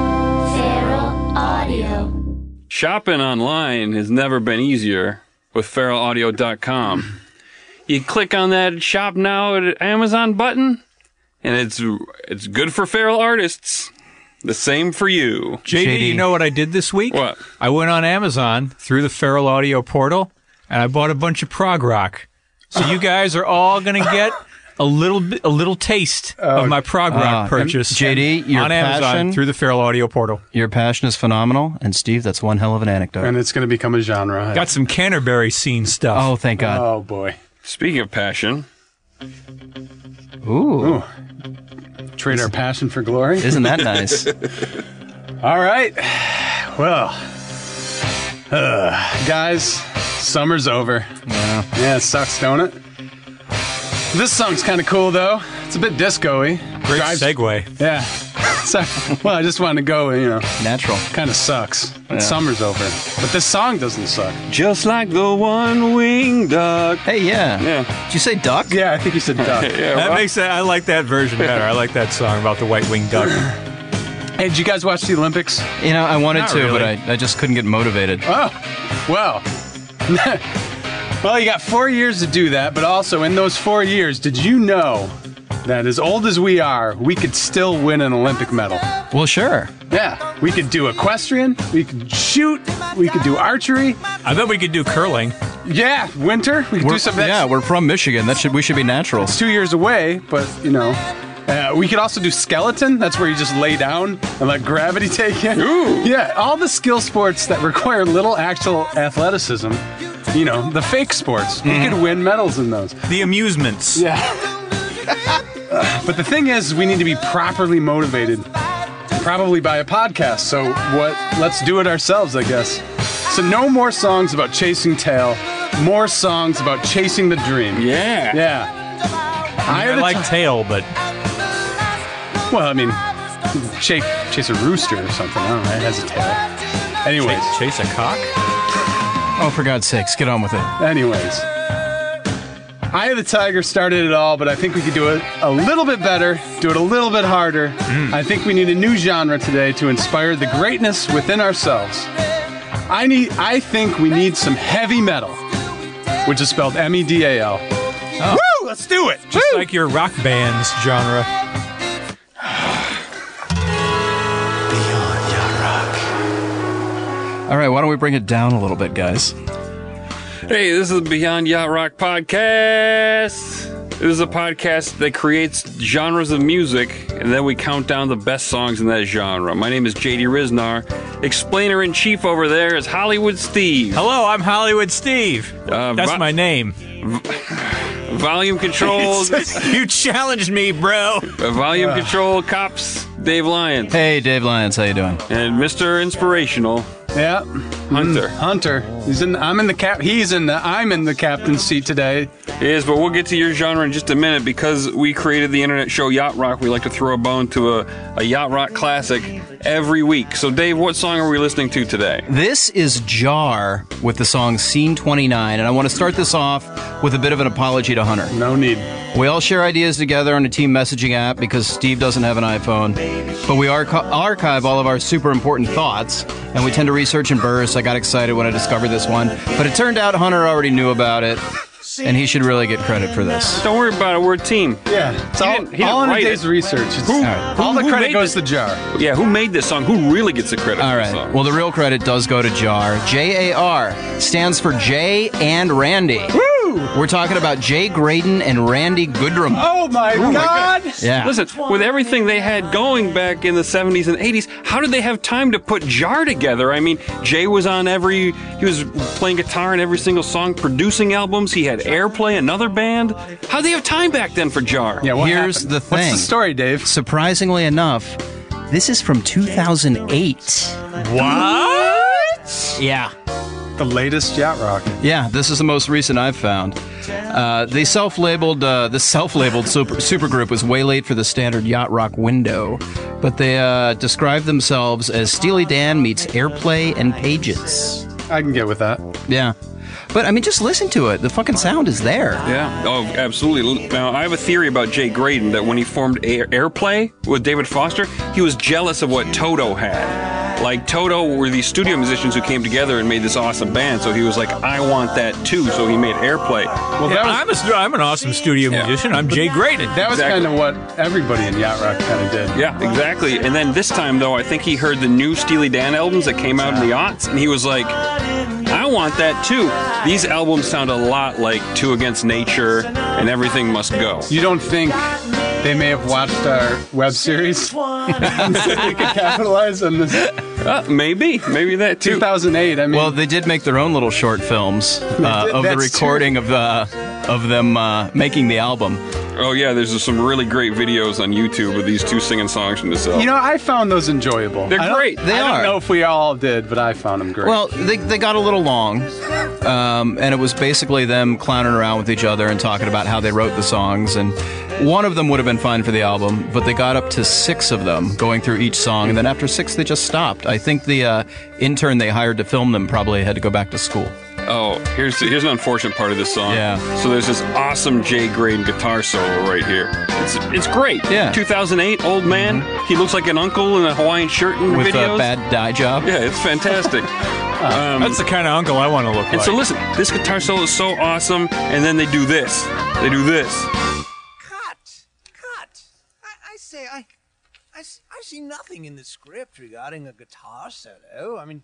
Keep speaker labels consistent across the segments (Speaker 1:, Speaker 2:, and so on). Speaker 1: Feral Audio.
Speaker 2: Shopping online has never been easier with feralaudio.com. You click on that shop now at Amazon button and it's it's good for feral artists. The same for you.
Speaker 3: JD,
Speaker 4: JD.
Speaker 3: you know what I did this week?
Speaker 2: What?
Speaker 3: I went on Amazon through the Feral Audio portal and I bought a bunch of prog rock. So you guys are all going to get a little bit, a little taste
Speaker 5: Oh,
Speaker 3: of my prog rock
Speaker 4: Ah,
Speaker 3: purchase.
Speaker 4: JD, your
Speaker 3: on Amazon
Speaker 4: passion-
Speaker 3: through the Feral Audio portal.
Speaker 4: Your passion is phenomenal, and Steve, that's one hell of an anecdote.
Speaker 5: And it's going to become a genre.
Speaker 3: Got some Canterbury scene
Speaker 4: oh,
Speaker 3: stuff.
Speaker 4: thank God.
Speaker 5: oh boy.
Speaker 2: Speaking of passion,
Speaker 4: Ooh,
Speaker 5: Trade our passion for glory.
Speaker 4: isn't that nice?
Speaker 5: All right. Well, uh, guys, summer's over. Yeah. it sucks, don't it? This song's kind of cool though. It's a bit disco-y.
Speaker 3: Great
Speaker 5: Drives-
Speaker 3: segue.
Speaker 5: Yeah. So, well, I just wanted to go, you know,
Speaker 4: Natural.
Speaker 5: kind of sucks. Summer's over. But this song doesn't suck.
Speaker 2: just like the one winged duck.
Speaker 4: Hey, yeah.
Speaker 2: Yeah.
Speaker 4: Did you say duck?
Speaker 5: Yeah, I think you said duck.
Speaker 2: Yeah,
Speaker 3: That
Speaker 2: well,
Speaker 3: makes that. I like that version better. I like that song about the white winged duck.
Speaker 5: Hey, did you guys watch the Olympics?
Speaker 4: You know, I wanted
Speaker 3: Not
Speaker 4: to, but
Speaker 3: really.
Speaker 4: I, I just couldn't get motivated.
Speaker 5: Oh, well. well, you got four years to do that, but also in those four years, did you know that as old as we are, we could still win an Olympic medal?
Speaker 4: Well, sure.
Speaker 5: Yeah, we could do equestrian, we could shoot, we could do archery.
Speaker 3: I bet we could do curling.
Speaker 5: Yeah, winter, we could do something.
Speaker 4: yeah,
Speaker 5: that's
Speaker 4: we're from Michigan. That should we should be naturals.
Speaker 5: two years away, but you know. Uh, we could also do skeleton. That's where you just lay down and let gravity take you. Ooh. Yeah, all the skill sports that require little actual athleticism. You know, the fake sports. We could win medals in those.
Speaker 3: The amusements.
Speaker 5: Mm-hmm. Yeah. Uh, but the thing is, we need to be properly motivated, probably by a podcast. So what? Let's do it ourselves, I guess. So no more songs about chasing tail, more songs about chasing the dream.
Speaker 2: yeah.
Speaker 5: Yeah. I,
Speaker 3: I
Speaker 5: had a
Speaker 3: like
Speaker 5: ti-
Speaker 3: tail, but
Speaker 5: well, I mean, chase, chase a rooster or something. I don't know. It has a tail. Anyways,
Speaker 3: chase, chase a cock.
Speaker 4: Oh, for God's sakes, get on with it.
Speaker 5: anyways. Eye of the Tiger started it all, but I think we could do it a little bit better, do it a little bit harder.
Speaker 2: Mm.
Speaker 5: I think we need a new genre today to inspire the greatness within ourselves. I need I think we need some heavy metal, which is spelled M E D A L. Woo! Let's do it!
Speaker 3: Oh. Just like your rock bands genre.
Speaker 4: All right, why don't we bring it down a little bit, guys?
Speaker 2: Hey, this is the Beyond Yacht Rock podcast. This is a podcast that creates genres of music, and then we count down the best songs in that genre. My name is JD Riznar. Explainer in chief over there is Hollywood Steve.
Speaker 3: Hello, I'm Hollywood Steve.
Speaker 2: Uh,
Speaker 3: That's
Speaker 2: Vi-
Speaker 3: my name.
Speaker 2: Volume control,
Speaker 3: you challenged me, bro.
Speaker 2: volume control cops. Dave Lyons
Speaker 4: Hey, Dave Lyons, how you doing?
Speaker 2: and Mr. Inspirational
Speaker 5: Yeah.
Speaker 2: Hunter
Speaker 5: Hunter. He's in I'm in the cap he's in the I'm in the captain's seat today.
Speaker 2: is, but we'll get to your genre in just a minute because we created the internet show Yacht Rock. We like to throw a bone to a, a Yacht Rock classic every week. So, Dave, what song are we listening to today?
Speaker 4: This is Jar with the song Scene 29, and I want to start this off with a bit of an apology to Hunter.
Speaker 5: No need.
Speaker 4: We all share ideas together on a team messaging app because Steve doesn't have an iPhone. But we archi- archive all of our super important thoughts, and we tend to research and burst. I got excited when I discovered this one, but it turned out Hunter already knew about it, and he should really get credit for this.
Speaker 2: Don't worry about it. We're a team.
Speaker 5: Yeah. It's all,
Speaker 2: didn't- he
Speaker 5: all
Speaker 2: didn't
Speaker 5: in a
Speaker 2: write
Speaker 5: day's
Speaker 2: it.
Speaker 5: research. It's-
Speaker 2: Who-
Speaker 5: all,
Speaker 2: who-
Speaker 5: the
Speaker 2: who
Speaker 5: credit
Speaker 2: made
Speaker 5: goes
Speaker 2: this?
Speaker 5: to Jar.
Speaker 2: Yeah, who made this song? Who really gets the credit
Speaker 4: All
Speaker 2: for this
Speaker 4: right.
Speaker 2: song?
Speaker 4: Well, the real credit does go to Jar. J A R stands for Jay and Randy.
Speaker 5: Woo!
Speaker 4: We're talking about Jay Graydon and Randy Goodrum.
Speaker 5: Oh my god!
Speaker 4: yeah.
Speaker 2: Listen, with everything they had going back in the 70s and 80s, how did they have time to put Jar together? I mean, Jay was on every, he was playing guitar in every single song, producing albums. He had Airplay, another band. How'd they have time back then for Jar?
Speaker 5: Yeah, what
Speaker 4: Here's
Speaker 5: happened?
Speaker 4: the
Speaker 5: What's
Speaker 4: thing.
Speaker 5: the story, Dave?
Speaker 4: Surprisingly enough, this is from 2008.
Speaker 3: What?
Speaker 4: Yeah.
Speaker 5: The latest yacht rock.
Speaker 4: Yeah, this is the most recent I've found. Uh, they self-labeled uh, the self-labeled super supergroup was way late for the standard yacht rock window, but they uh, described themselves as Steely Dan meets Airplay and Pages.
Speaker 5: I can get with that.
Speaker 4: Yeah. But I mean, just listen to it. The fucking sound is there.
Speaker 2: Yeah. Oh, absolutely. Now, I have a theory about Jay Graydon that when he formed Air- Airplay with David Foster, he was jealous of what Toto had. Like, Toto were these studio musicians who came together and made this awesome band, so he was like, I want that too, so he made Airplay.
Speaker 5: Well,
Speaker 3: Yeah,
Speaker 5: that was,
Speaker 3: I'm, a, stu- I'm an awesome studio
Speaker 2: Yeah.
Speaker 3: musician. I'm Jay Graydon.
Speaker 5: that was
Speaker 2: exactly.
Speaker 5: kind of what everybody in Yacht Rock kind of did.
Speaker 2: Yeah, exactly. And then this time, though, I think he heard the new Steely Dan albums that came out in the aughts, and he was like, I want that too. These albums sound a lot like Two Against Nature and Everything Must Go.
Speaker 5: You don't think they may have watched our web series? so we could capitalize on this
Speaker 2: Uh, maybe. Maybe that too.
Speaker 5: 2008. I mean,
Speaker 4: Well, they did make their own little short films uh,
Speaker 5: did,
Speaker 4: of the
Speaker 5: that's true.
Speaker 4: recording of the of them uh, making the album.
Speaker 2: Oh yeah, there's just some really great videos on YouTube of these two singing songs from this album.
Speaker 5: you know, I found those enjoyable.
Speaker 2: They're
Speaker 5: I don't-
Speaker 2: great.
Speaker 4: They
Speaker 5: I
Speaker 4: are.
Speaker 5: don't know if we all did, but I found them great.
Speaker 4: Well, they, they got a little long, um, and it was basically them clowning around with each other and talking about how they wrote the songs. And one of them would have been fine for the album, but they got up to six of them going through each song, and then after six, they just stopped. I think the uh, intern they hired to film them probably had to go back to school.
Speaker 2: oh, here's here's an unfortunate part of this song.
Speaker 4: Yeah.
Speaker 2: So there's this awesome J Grade guitar solo right here. It's it's great.
Speaker 4: Yeah. Mm-hmm.
Speaker 2: 2008, old man. He looks like an uncle in a Hawaiian shirt in the
Speaker 4: With
Speaker 2: videos.
Speaker 4: a bad dye job.
Speaker 2: yeah, it's fantastic. um,
Speaker 3: That's the kind of uncle I want to look
Speaker 2: and
Speaker 3: like.
Speaker 2: so listen, this guitar solo is so awesome, and then they do this. They do this.
Speaker 6: Cut! Cut! I, I say, I, I, s- I see nothing in the script regarding a guitar solo. I mean,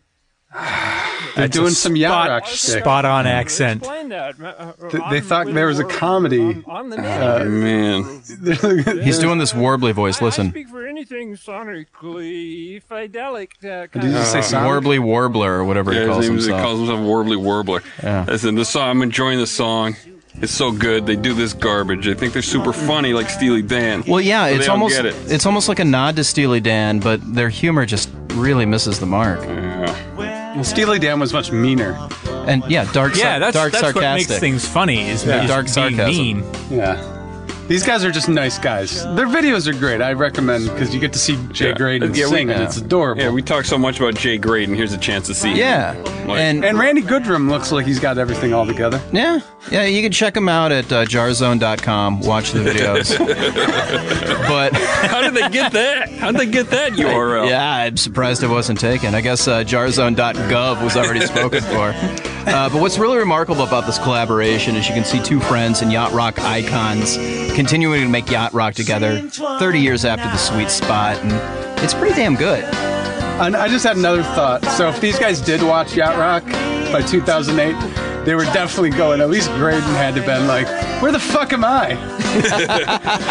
Speaker 5: they're doing some Yacht
Speaker 3: spot,
Speaker 5: Rock shit.
Speaker 3: spot on accent.
Speaker 7: Explain that. Uh, uh,
Speaker 5: Th- they
Speaker 7: I'm
Speaker 5: thought
Speaker 7: with
Speaker 5: there was a
Speaker 7: Warren.
Speaker 5: comedy.
Speaker 7: I'm- I'm the
Speaker 4: Uh,
Speaker 7: narrator.
Speaker 2: Man.
Speaker 4: He's doing this warbly voice.
Speaker 7: I, I
Speaker 4: Listen,
Speaker 7: speak for anything sonically fidelic. Uh,
Speaker 5: Did you just say Sonic?
Speaker 4: warbly warbler or whatever
Speaker 2: Yeah,
Speaker 4: he calls
Speaker 2: his name is- he
Speaker 4: himself.
Speaker 2: calls himself Warbly Warbler.
Speaker 4: Yeah.
Speaker 2: Listen, this song, I'm enjoying the song. It's so good. They do this garbage. They think they're super funny, like Steely Dan.
Speaker 4: Well, yeah,
Speaker 2: But they
Speaker 4: it's
Speaker 2: don't
Speaker 4: almost
Speaker 2: get it.
Speaker 4: it's almost like a nod to Steely Dan, but their humor just really misses the mark.
Speaker 5: Well, Steely Dan was much meaner.
Speaker 4: And yeah, dark, sar-
Speaker 3: Yeah, that's,
Speaker 4: dark
Speaker 3: that's what
Speaker 4: sarcastic.
Speaker 3: makes things funny is
Speaker 5: Yeah.
Speaker 3: just
Speaker 4: Dark
Speaker 3: being
Speaker 4: sarcasm.
Speaker 3: mean.
Speaker 5: Yeah. These guys are just nice guys. Their videos are great. I recommend because you get to see Jay
Speaker 2: Yeah.
Speaker 5: Graydon
Speaker 2: Yeah, we-
Speaker 5: sing, and
Speaker 4: yeah.
Speaker 5: it's adorable.
Speaker 2: yeah, we talk so much about Jay Grade, and here's a chance to see. him.
Speaker 4: yeah,
Speaker 2: Like-
Speaker 4: and,
Speaker 5: and Randy Goodrum looks like he's got everything all together.
Speaker 4: yeah, yeah. You can check them out at uh, jarzone.com. Watch the videos. but
Speaker 2: How did they get that? How did they get that URL?
Speaker 4: yeah, I'm surprised it wasn't taken. I guess uh, jarzone.gov was already spoken for. Uh, but what's really remarkable about this collaboration is you can see two friends and yacht rock icons continuing to make yacht rock together 30 years after the sweet spot, and it's pretty damn good.
Speaker 5: And I just had another thought. So if these guys did watch Yacht Rock by 2008, they were definitely going. At least Graydon had to been like, "Where the fuck am I?"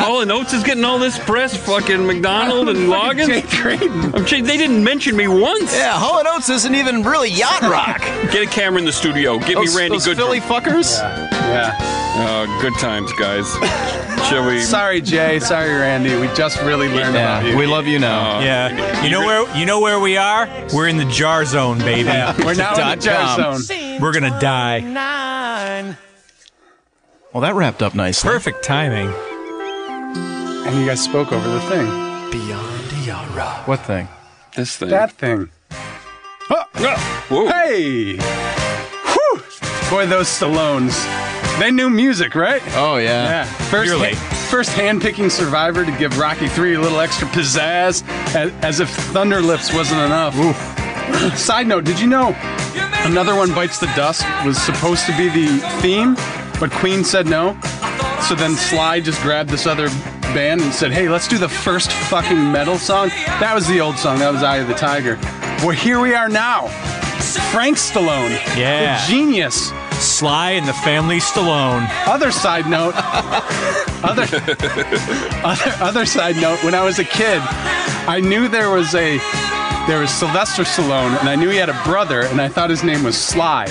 Speaker 2: All in Oates is getting all this press. Fucking McDonald and
Speaker 5: Fucking Jay
Speaker 2: Logan.
Speaker 5: Graydon.
Speaker 2: I'm Jay, they didn't mention me once.
Speaker 4: Yeah, Hall and Oates isn't even really yacht rock.
Speaker 2: Get a camera in the studio. Get
Speaker 4: those
Speaker 2: me Randy
Speaker 4: those
Speaker 2: Goodrum.
Speaker 4: Philly fuckers.
Speaker 5: Yeah.
Speaker 2: Uh, good times, guys. Shall we?
Speaker 5: Sorry, Jay. Sorry, Randy. We just really learned
Speaker 4: Yeah,
Speaker 5: about you.
Speaker 4: we love you now.
Speaker 2: Uh,
Speaker 3: Yeah, you know where you know where we are. We're in the jar zone, baby.
Speaker 5: We're now in
Speaker 4: Dot
Speaker 5: the Jar
Speaker 4: com.
Speaker 5: Zone.
Speaker 3: We're gonna die.
Speaker 6: nine.
Speaker 4: Well, that wrapped up nicely.
Speaker 3: Perfect timing.
Speaker 5: And you guys spoke over the thing.
Speaker 4: What thing?
Speaker 2: This thing.
Speaker 5: That thing.
Speaker 2: Whoa.
Speaker 5: Hey! Whew! Boy, those Stallones. They knew music, right?
Speaker 4: Oh
Speaker 5: Yeah.
Speaker 4: yeah.
Speaker 5: First,
Speaker 3: You're late.
Speaker 5: first handpicking Survivor to give Rocky 3 a little extra pizzazz, as, as if Thunder Lips wasn't enough. Side note, did you know Another One Bites the Dust was supposed to be the theme, but Queen said no. So then Sly just grabbed this other band and said, hey, let's do the first fucking metal song. That was the old song, that was Eye of the Tiger. Well, here we are now. Frank Stallone.
Speaker 3: Yeah.
Speaker 5: The genius.
Speaker 3: Sly and the Family Stallone.
Speaker 5: Other side note, other, other other side note. When I was a kid, I knew there was a there was Sylvester Stallone, and I knew he had a brother, and I thought his name was Sly.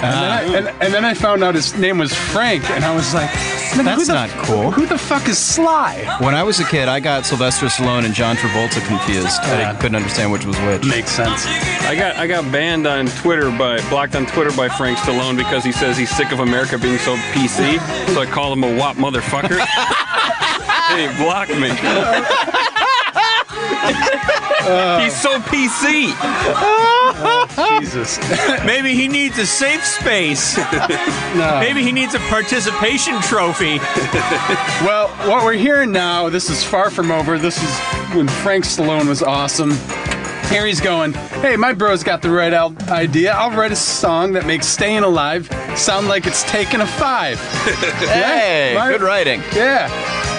Speaker 5: And, then, I, and, and then I found out his name was Frank, and I was like, Ah. "Man, who
Speaker 4: That's
Speaker 5: the-
Speaker 4: not cool."
Speaker 5: Who the fuck is Sly?
Speaker 4: When I was a kid, I got Sylvester Stallone and John Travolta confused. I couldn't understand which was which.
Speaker 5: Makes sense.
Speaker 2: I got I got banned on Twitter by blocked on Twitter by Frank Stallone because he says he's sick of America being so PC. So I called him a wop motherfucker. and he blocked me. He's so PC.
Speaker 5: Jesus.
Speaker 3: Maybe he needs a safe space. Maybe he needs a participation trophy.
Speaker 5: Well, what we're hearing now, this is far from over. This is when Frank Stallone was awesome. Here he's going, hey, my bro's got the right al- idea. I'll write a song that makes staying alive sound like it's taking a five.
Speaker 4: Hey,
Speaker 5: Mark.
Speaker 4: good writing.
Speaker 5: Yeah,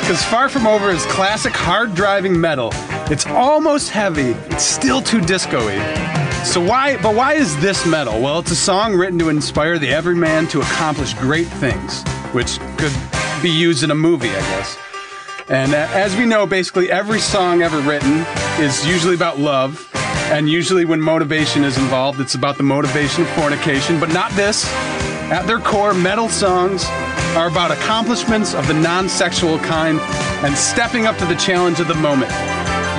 Speaker 5: because Far From Over is classic hard driving metal. It's almost heavy, it's still too disco y. So why, but why is this metal? Well, it's a song written to inspire the everyman to accomplish great things, which could be used in a movie, I guess. And uh, as we know, basically every song ever written is usually about love. And usually, when motivation is involved, it's about the motivation of fornication, but not this. At their core, metal songs are about accomplishments of the non sexual kind and stepping up to the challenge of the moment.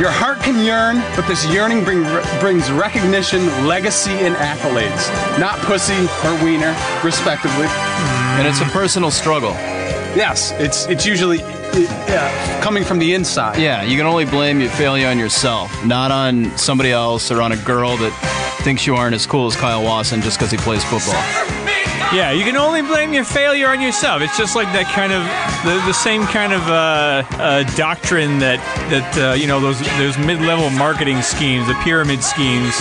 Speaker 5: Your heart can yearn, but this yearning bring, brings recognition, legacy, and accolades, not pussy or wiener, respectively.
Speaker 4: And it's a personal struggle.
Speaker 5: Yes, it's, it's usually uh, yeah, coming from the inside.
Speaker 4: Yeah, you can only blame your failure on yourself, not on somebody else or on a girl that thinks you aren't as cool as Kyle Wasson just because he plays football.
Speaker 3: Yeah, you can only blame your failure on yourself. It's just like that kind of the, the same kind of uh, uh, doctrine that that uh, you know those those mid-level marketing schemes, the pyramid schemes,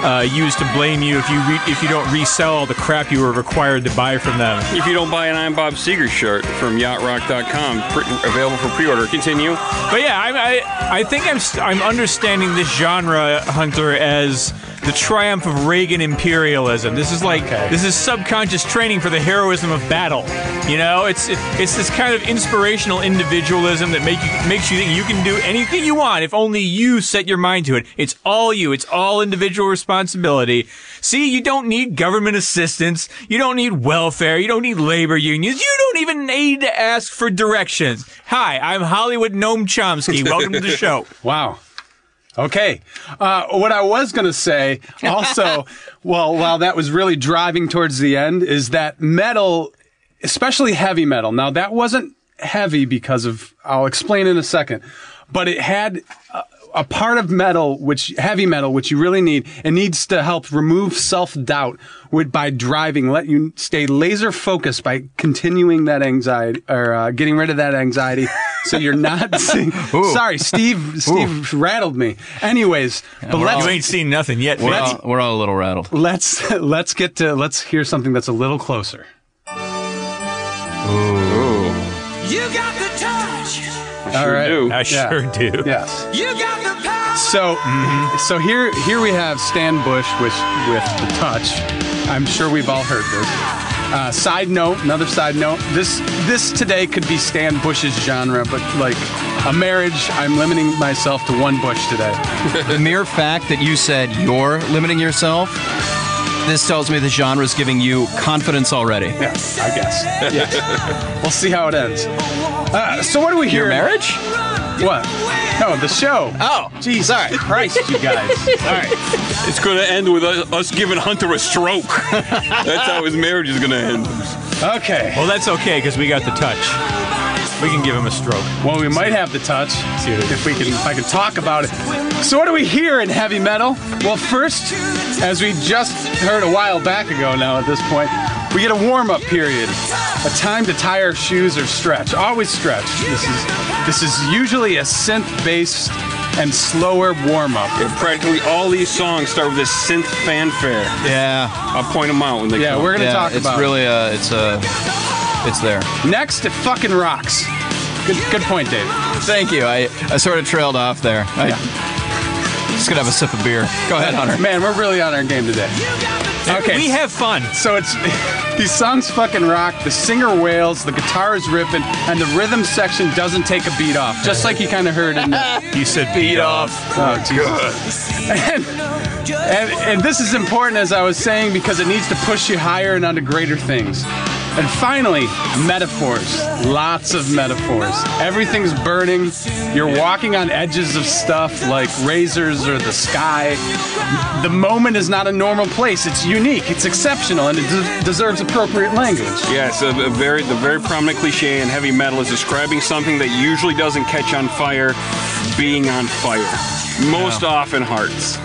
Speaker 3: uh, use to blame you if you re- if you don't resell all the crap you were required to buy from them.
Speaker 2: If you don't buy an I'm Bob Seeger shirt from yachtrock.com, pre- available for pre order. Continue.
Speaker 3: But yeah, I, I, I think I'm st- I'm understanding this genre, Hunter, as the triumph of Reagan imperialism. This is like this is subconscious training for the heroism of battle. You know, it's it, it's this kind of inspirational individualism that make you, makes you think you can do anything you want if only you set your mind to it. It's all you. It's all individual responsibility. See, you don't need government assistance. You don't need welfare. You don't need labor unions. You don't even need to ask for directions. Hi, I'm Hollywood Noam Chomsky. Welcome to the show.
Speaker 5: Wow. Okay. Uh, what I was going to say also, well, while that was really driving towards the end, is that metal, especially heavy metal, now that wasn't heavy because of, I'll explain in a second, but it had a, a part of metal, which heavy metal, which you really need, it needs to help remove self doubt with by driving, let you stay laser focused by continuing that anxiety or uh, getting rid of that anxiety. So you're not. Seeing, sorry, Steve. Steve rattled me. Anyways, but let's
Speaker 3: You ain't seen nothing yet,
Speaker 4: We're
Speaker 3: Vince.
Speaker 4: all, we're all a little rattled.
Speaker 5: let's let's get to let's hear something that's a little closer.
Speaker 8: You got the touch.
Speaker 5: All right.
Speaker 2: do.
Speaker 3: I sure do.
Speaker 5: Yes.
Speaker 8: You got the power.
Speaker 5: So so here here we have Stan Bush with with the touch. I'm sure we've all heard this. Uh, side note, another side note. This this today could be Stan Bush's genre, but like a marriage, I'm limiting myself to one Bush today.
Speaker 4: The mere fact that you said you're limiting yourself, this tells me the genre's giving you confidence already.
Speaker 5: Yeah, I guess. Yes. we'll see how it ends. Uh, so what do we hear?
Speaker 4: Your marriage?
Speaker 5: What? No, the show.
Speaker 4: Oh,
Speaker 5: Jesus Christ, you guys. All right.
Speaker 2: It's going to end with us, us giving Hunter a stroke. That's how his marriage is going to end.
Speaker 5: Okay.
Speaker 3: Well, that's okay because we got the touch. We can give him a stroke.
Speaker 5: Well, we might have the touch if we can if I can talk about it. So what do we hear in heavy metal? Well, first, as we just heard a while back ago now at this point, we get a warm-up period. A time to tie our shoes or stretch. Always stretch. This is this is usually a synth-based and slower warm-up.
Speaker 2: Practically all these songs start with this synth fanfare.
Speaker 4: Yeah,
Speaker 2: I'll point them out when they
Speaker 5: Yeah,
Speaker 2: come.
Speaker 5: we're gonna
Speaker 4: yeah.
Speaker 5: talk
Speaker 4: it's
Speaker 5: about it.
Speaker 4: really uh, it's uh, it's there.
Speaker 5: Next, it fucking rocks. Good, good point, Dave.
Speaker 4: Thank you. I, I sort of trailed off there. I just gonna have a sip of beer. Go ahead, Hunter.
Speaker 5: Man, we're really on our game today. Okay.
Speaker 3: We have fun.
Speaker 5: so it's these songs fucking rock. The singer wails, the guitar is ripping, and the rhythm section doesn't take a beat off, just like you kind of heard in the
Speaker 3: You said beat off.
Speaker 5: oh, Jesus. And, and, and this is important, as I was saying, because it needs to push you higher and onto greater things. And finally, metaphors. Lots of metaphors. Everything's burning. You're walking on edges of stuff like razors or the sky. The moment is not a normal place. It's unique. It's exceptional, and it des- deserves appropriate language.
Speaker 2: Yes, a, a very the very prominent cliche in heavy metal is describing something that usually doesn't catch on fire being on fire. Most often hearts.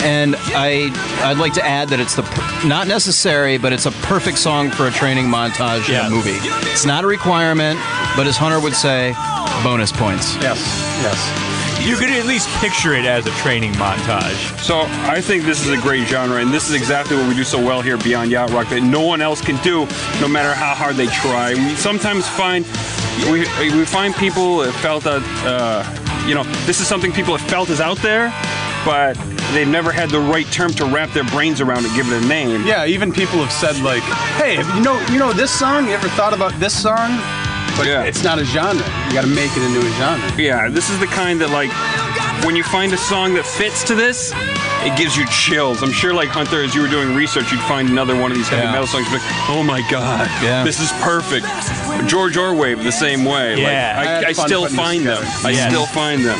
Speaker 4: And I, I'd like to add that it's the per- not necessary, but it's a perfect song for a training montage
Speaker 3: Yeah.
Speaker 4: in a movie. It's not a requirement, but as Hunter would say, bonus points.
Speaker 5: Yes, yes.
Speaker 3: You could at least picture it as a training montage.
Speaker 2: So I think this is a great genre, and this is exactly what we do so well here at Beyond Yacht Rock that no one else can do, no matter how hard they try. We sometimes find we, we find people that felt that uh, you know this is something people have felt is out there, but they've never had the right term to wrap their brains around and give it a name.
Speaker 5: Yeah, even people have said like, "Hey, have you know, you know this song. You ever thought about this song?" But
Speaker 2: Yeah.
Speaker 5: it's not a genre. You got to make it into a genre.
Speaker 2: Yeah, this is the kind that like when you find a song that fits to this, it gives you chills. I'm sure like Hunter, as you were doing research, you'd find another one of these heavy
Speaker 4: Yeah.
Speaker 2: metal songs, you'd be like, oh my god,
Speaker 4: Yeah.
Speaker 2: this is perfect. George Orwave the same way.
Speaker 3: Yeah.
Speaker 2: like,
Speaker 5: I
Speaker 2: I,
Speaker 5: had
Speaker 2: I,
Speaker 5: fun
Speaker 2: still
Speaker 5: putting this
Speaker 2: find them.
Speaker 5: together.
Speaker 2: I
Speaker 3: Yes.
Speaker 2: still find them.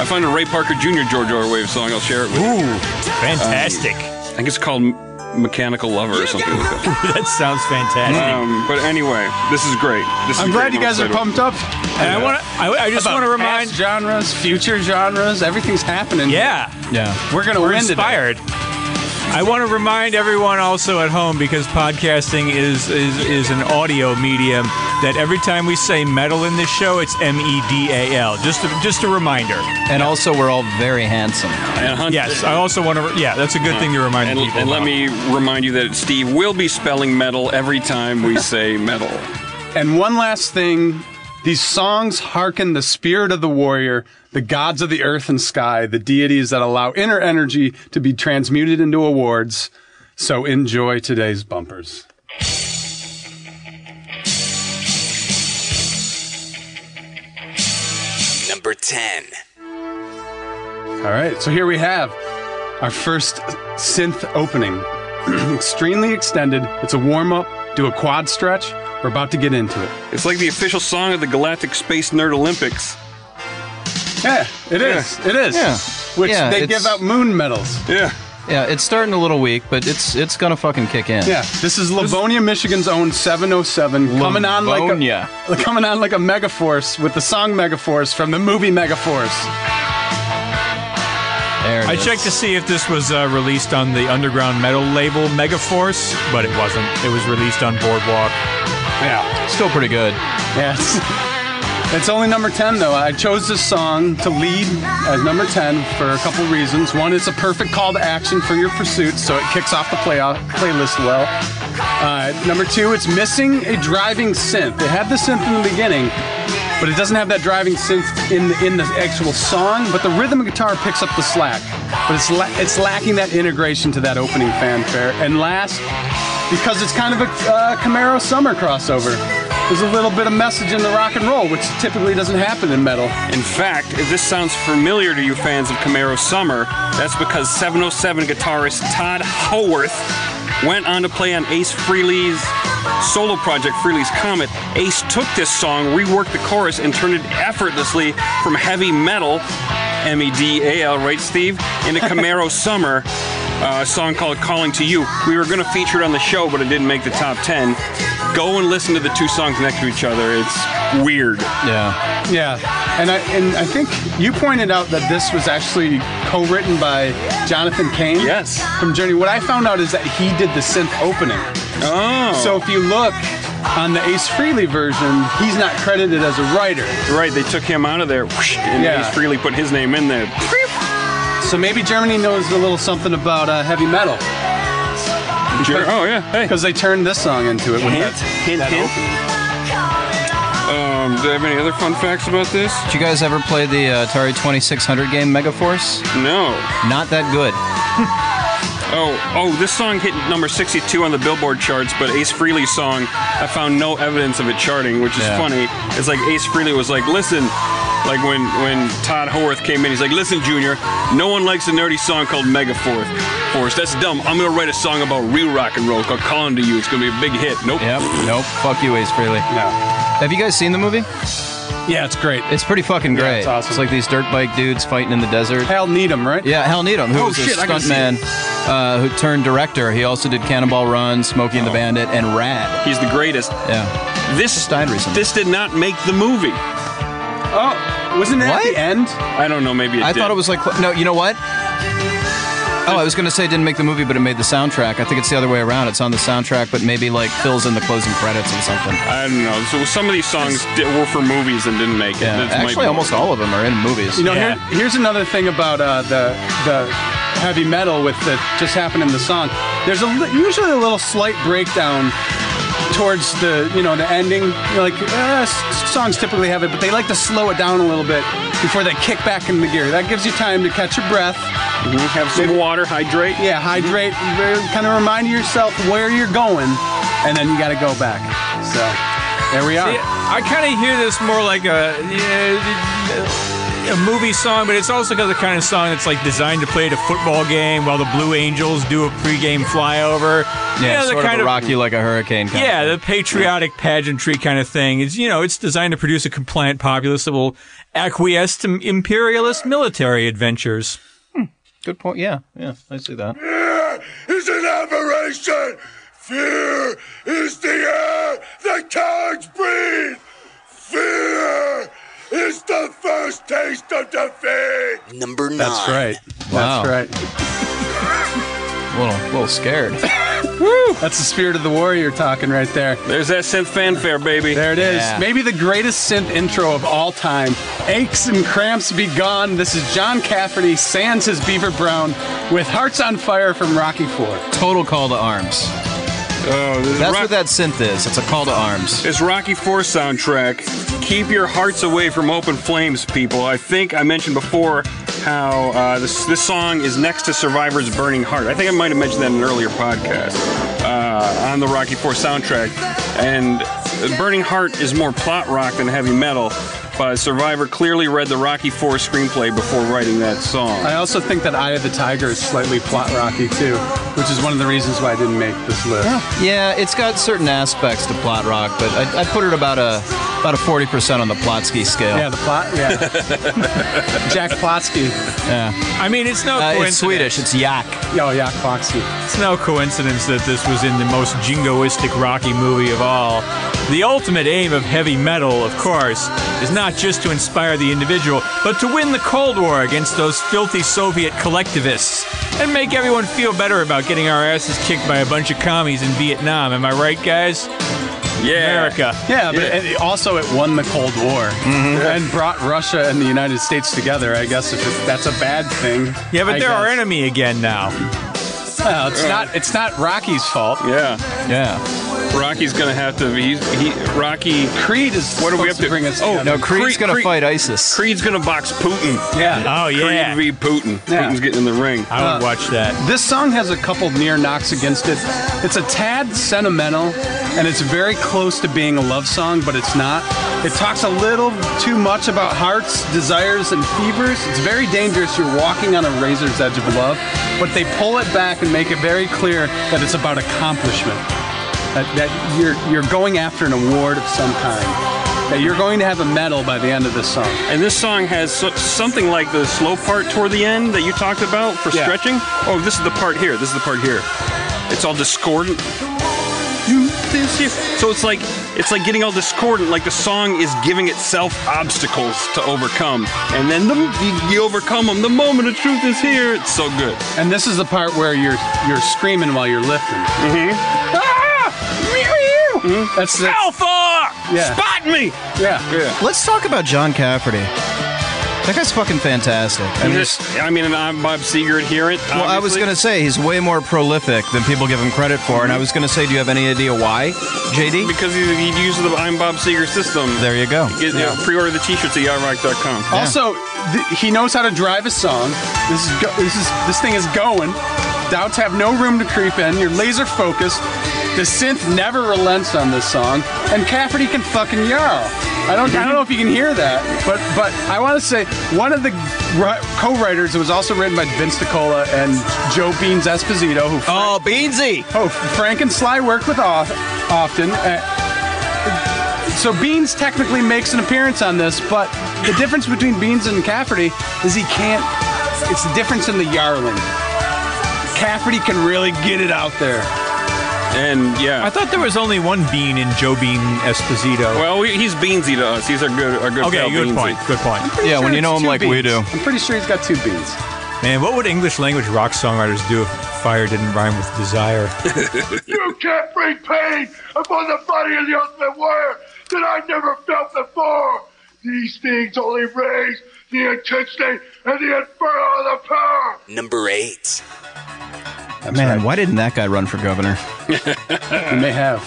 Speaker 2: I found a Ray Parker Jr. George Orwave song. I'll share it with. you.
Speaker 3: Ooh, fantastic.
Speaker 2: I think it's called M- Mechanical Lover or something like that.
Speaker 3: that sounds fantastic.
Speaker 2: Um, but anyway, this is great. This is
Speaker 5: I'm glad you guys are
Speaker 2: pumped.
Speaker 5: pumped up.
Speaker 3: and I want I, I just
Speaker 5: About
Speaker 3: want to remind
Speaker 5: past genres, future genres, everything's happening.
Speaker 3: Yeah.
Speaker 4: Yeah.
Speaker 5: we're gonna
Speaker 3: We're
Speaker 5: win today.
Speaker 3: inspired. I want to remind everyone also at home because podcasting is, is is an audio medium that every time we say metal in this show, it's M E D A L. Just a, just a reminder.
Speaker 4: And also, we're all very handsome.
Speaker 2: And Hunter,
Speaker 3: Yes, I also want to. Yeah, that's a good thing to remind
Speaker 2: And,
Speaker 3: people.
Speaker 2: and let
Speaker 3: about.
Speaker 2: me remind you that Steve will be spelling metal every time we say metal.
Speaker 5: And one last thing these songs hearken the spirit of the warrior, the gods of the earth and sky, the deities that allow inner energy to be transmuted into awards. So enjoy today's bumpers.
Speaker 8: Number 10.
Speaker 5: All right, so here we have our first synth opening. Extremely extended. It's a warm up. Do a quad stretch. We're about to get into it.
Speaker 2: It's like the official song of the Galactic Space Nerd Olympics.
Speaker 5: Yeah, it is. It is.
Speaker 4: Yeah.
Speaker 5: Which
Speaker 4: Yeah,
Speaker 5: they
Speaker 4: it's-
Speaker 5: give out moon medals.
Speaker 2: Yeah.
Speaker 4: Yeah, it's starting a little weak, but it's it's gonna fucking kick in.
Speaker 5: Yeah, this is Livonia, Michigan's own 707 coming on like
Speaker 4: Livonia.
Speaker 5: a coming on like a megaforce with the song Megaforce from the movie Megaforce.
Speaker 4: There it
Speaker 3: I
Speaker 4: is.
Speaker 3: checked to see if this was uh, released on the underground metal label Megaforce, but it wasn't. It was released on Boardwalk.
Speaker 5: Yeah,
Speaker 4: Still pretty good.
Speaker 5: yes. It's only number 10 though. I chose this song to lead as number 10 for a couple reasons. One, it's a perfect call to action for your pursuits, so it kicks off the playoff playlist well. Uh, number two, it's missing a driving synth. It had the synth in the beginning, but it doesn't have that driving synth in the, in the actual song. But the rhythm guitar picks up the slack, but it's la- it's lacking that integration to that opening fanfare. And last, because it's kind of a uh, Camaro summer crossover, there's a little bit of message in the rock and roll, which typically doesn't happen in metal.
Speaker 2: In fact, if this sounds familiar to you fans of Camaro Summer, that's because 707 guitarist Todd Howarth went on to play on Ace Frehley's solo project Frehley's Comet. Ace took this song, reworked the chorus, and turned it effortlessly from heavy metal, M E D A L, right, Steve, into Camaro Summer. uh, A song called Calling to You. We were going to feature it on the show, but it didn't make the top 10. Go and listen to the two songs next to each other. It's weird.
Speaker 4: Yeah.
Speaker 5: Yeah, and I and I think you pointed out that this was actually co-written by Jonathan Kane.
Speaker 2: Yes.
Speaker 5: From Journey. What I found out is that he did the synth opening.
Speaker 2: Oh.
Speaker 5: So if you look on the Ace Frehley version, he's not credited as a writer.
Speaker 2: Right, they took him out of there, whoosh, and
Speaker 5: Yeah.
Speaker 2: Ace Freely put his name in there.
Speaker 5: So maybe Germany knows a little something about uh, heavy metal
Speaker 2: Jer- oh yeah, hey.
Speaker 5: because they turned this song into it. with
Speaker 2: Hint,
Speaker 5: that-
Speaker 2: hint,
Speaker 5: that
Speaker 2: hint.
Speaker 5: opening.
Speaker 2: Um, do I have any other fun facts about this?
Speaker 4: Did you guys ever play the uh, Atari 2600 game Megaforce?
Speaker 2: No.
Speaker 4: Not that good.
Speaker 2: Oh, oh, this song hit number 62 on the Billboard charts, but Ace Freely's song, I found no evidence of it charting, which is
Speaker 4: Yeah.
Speaker 2: funny. It's like Ace Freely was like, listen, like when when Todd Howarth came in, he's like, listen, Junior, no one likes a nerdy song called Megaforce. Force, that's dumb. I'm gonna write a song about real rock and roll called Calling to You. It's gonna be a big hit. Nope.
Speaker 4: Yep. Nope. Fuck you, Ace Frehley.
Speaker 5: No.
Speaker 4: Have you guys seen the movie?
Speaker 5: Yeah, it's great.
Speaker 4: It's pretty fucking great.
Speaker 5: it's awesome.
Speaker 4: like these dirt bike dudes fighting in the desert.
Speaker 5: Hal Needham, right?
Speaker 4: Yeah, Hal Needham, who
Speaker 5: Oh,
Speaker 4: was
Speaker 5: shit,
Speaker 4: a
Speaker 5: I gotta see
Speaker 4: stuntman uh, who turned director. He also did Cannonball Run, Smokey and the
Speaker 5: Oh.
Speaker 4: Bandit, and Rad.
Speaker 2: He's the greatest.
Speaker 4: Yeah.
Speaker 2: This
Speaker 4: Stein recently.
Speaker 2: This did not make the movie.
Speaker 5: Oh, Wasn't that at
Speaker 4: What?
Speaker 5: the end?
Speaker 2: I don't know. Maybe it
Speaker 4: I
Speaker 2: did.
Speaker 4: thought it was like no. You know what? Oh, I was gonna say it didn't make the movie, but it made the soundtrack. I think it's the other way around. It's on the soundtrack, but maybe like fills in the closing credits or something.
Speaker 2: I don't know. So some of these songs di were for movies and didn't make it.
Speaker 4: Yeah,
Speaker 2: This might
Speaker 4: actually,
Speaker 2: be-
Speaker 4: almost all of them are in movies.
Speaker 5: You know,
Speaker 3: Yeah.
Speaker 5: here, here's another thing about uh, the the heavy metal with that just happened in the song. There's a li- usually a little slight breakdown towards the you know the ending. Like uh, s- songs typically have it, but they like to slow it down a little bit before they kick back in the gear. That gives you time to catch your breath.
Speaker 2: Mm-hmm. have some water, hydrate.
Speaker 5: Yeah, hydrate. Kind of remind yourself where you're going, and then you got to go back. So there we are.
Speaker 3: See, I kind of hear this more like a yeah, a movie song, but it's also the kind of song that's like designed to play at a football game while the Blue Angels do a pregame flyover. You
Speaker 4: Yeah,
Speaker 3: know, the
Speaker 4: sort of
Speaker 3: kind
Speaker 4: a rocky like a hurricane. Kind
Speaker 3: Yeah, the patriotic pageantry kind of thing. It's you know, it's designed to produce a compliant populace that will acquiesce to imperialist military adventures.
Speaker 4: Good point. Yeah, yeah, I see that.
Speaker 9: is an aberration. Fear is the air that cowards breathe. Fear is the first taste of defeat.
Speaker 8: Number nine.
Speaker 5: That's right.
Speaker 4: Wow.
Speaker 5: That's right.
Speaker 4: A little, little scared.
Speaker 5: That's the spirit of the warrior talking right there.
Speaker 2: There's that synth fanfare, baby.
Speaker 5: There it is.
Speaker 4: Yeah.
Speaker 5: Maybe the greatest synth intro of all time. Aches and cramps be gone. This is John Cafferty, Sans his beaver brown, with Hearts on Fire from Rocky Four.
Speaker 4: Total call to arms.
Speaker 2: Oh, this is
Speaker 4: That's
Speaker 2: rock-
Speaker 4: what that synth is. It's a call to arms.
Speaker 2: This Rocky Four soundtrack. Keep your hearts away from open flames, people. I think I mentioned before how uh, this this song is next to Survivor's Burning Heart. I think I might have mentioned that in an earlier podcast uh, on the Rocky Four soundtrack. And Burning Heart is more plot rock than heavy metal. But Survivor clearly read the Rocky Four screenplay before writing that song.
Speaker 5: I also think that Eye of the Tiger is slightly plot Rocky too, which is one of the reasons why I didn't make this list.
Speaker 4: Yeah, it's got certain aspects to plot rock, but I, I put it about a about a forty percent on the Plotsky scale. Uh,
Speaker 5: Yeah, the plot. Yeah, Jack Plotsky.
Speaker 3: I mean, it's no
Speaker 4: Uh,
Speaker 3: coincidence.
Speaker 4: it's Swedish. It's yak.
Speaker 5: Yo, Jack Plotsky.
Speaker 3: It's no coincidence that this was in the most jingoistic Rocky movie of all. The ultimate aim of heavy metal, of course, is not just to inspire the individual, but to win the Cold War against those filthy Soviet collectivists and make everyone feel better about getting our asses kicked by a bunch of commies in Vietnam. Am I right, guys?
Speaker 2: yeah,
Speaker 3: America.
Speaker 5: Yeah, but It, also it won the Cold War
Speaker 4: Mm-hmm.
Speaker 5: and brought Russia and the United States together. I guess if it, that's a bad thing.
Speaker 3: Yeah, but
Speaker 5: I
Speaker 3: they're our
Speaker 5: guess.
Speaker 3: enemy again now.
Speaker 5: Well, uh, it's not. It's not Rocky's fault.
Speaker 2: yeah.
Speaker 4: Yeah.
Speaker 2: Rocky's gonna have to. He's, he Rocky.
Speaker 5: Creed is.
Speaker 2: What are we
Speaker 5: supposed
Speaker 2: up to?
Speaker 5: Bring us
Speaker 2: Oh,
Speaker 5: together.
Speaker 4: No, Creed's
Speaker 2: Creed-
Speaker 4: gonna
Speaker 2: Creed-
Speaker 4: fight ISIS.
Speaker 2: Creed's gonna box Putin.
Speaker 5: Yeah.
Speaker 3: Oh, yeah.
Speaker 2: Creed v. Putin.
Speaker 5: Yeah.
Speaker 2: Putin's getting in the ring.
Speaker 3: I
Speaker 4: Uh,
Speaker 3: would watch that.
Speaker 5: This song has a couple near knocks against it. It's a tad sentimental, and it's very close to being a love song, but it's not. It talks a little too much about hearts, desires, and fevers. It's very dangerous. You're walking on a razor's edge of love, but they pull it back and make it very clear that it's about accomplishment. That, that you're you're going after an award of some kind. That you're going to have a medal by the end of this song.
Speaker 2: And this song has so- something like the slow part toward the end that you talked about for
Speaker 5: Yeah.
Speaker 2: stretching. Oh, this is the part here. This is the part here. It's all discordant. You this here. So it's like it's like getting all discordant. Like the song is giving itself obstacles to overcome, and then the, you, you overcome them. The moment of truth is here. It's so good.
Speaker 5: And this is the part where you're you're screaming while you're lifting. Mhm. That's the
Speaker 2: Alpha,
Speaker 5: Yeah.
Speaker 2: spot me.
Speaker 5: yeah.
Speaker 2: Yeah.
Speaker 4: Let's talk about John Cafferty. That guy's fucking fantastic. I
Speaker 2: And
Speaker 4: mean,
Speaker 2: this, I mean, and I'm Bob Seger adherent.
Speaker 4: well, I was
Speaker 2: obviously.
Speaker 4: gonna say he's way more prolific than people give him credit for, and I was gonna say, do you have any idea why, JD?
Speaker 2: because he, he used the I'm Bob Seger system.
Speaker 4: There you go.
Speaker 2: Get,
Speaker 5: Yeah.
Speaker 2: Pre-order the T-shirts at yarrock.com.
Speaker 5: Also, th- he knows how to drive a song. This is go- this is this thing is going. Doubts have no room to creep in. You're laser focused. The synth never relents on this song, and Cafferty can fucking yarl. I don't I don't know if you can hear that, but but I want to say one of the ri- co-writers it was also written by Vince DiCola and Joe Beans Esposito, who
Speaker 4: Oh, Beansy!
Speaker 5: Oh, Frank and Sly work with off, often. uh, so Beans technically makes an appearance on this, but the difference between Beans and Cafferty is he can't. It's the difference in the yarling. Cafferty can really get it out there.
Speaker 2: And yeah.
Speaker 3: I thought there was only one Bean in Joe Bean Esposito.
Speaker 2: well, we, he's Beansy to us. He's our good, our good
Speaker 3: okay,
Speaker 2: pal
Speaker 3: good
Speaker 2: Beansy.
Speaker 3: point. Good point.
Speaker 5: Pretty
Speaker 4: Yeah, when you
Speaker 5: it's
Speaker 4: know 'em
Speaker 5: two
Speaker 4: like we
Speaker 5: beats.
Speaker 4: do.
Speaker 5: I'm pretty sure he's got two beats.
Speaker 3: Man, what would English language rock songwriters do if fire didn't rhyme with desire?
Speaker 9: You can't bring pain upon the body of the ultimate warrior that I've never felt before. These things only raise the intensity and the inferno of the power.
Speaker 10: Number eight.
Speaker 4: Uh, Man, why didn't that guy run for governor?
Speaker 5: We may have.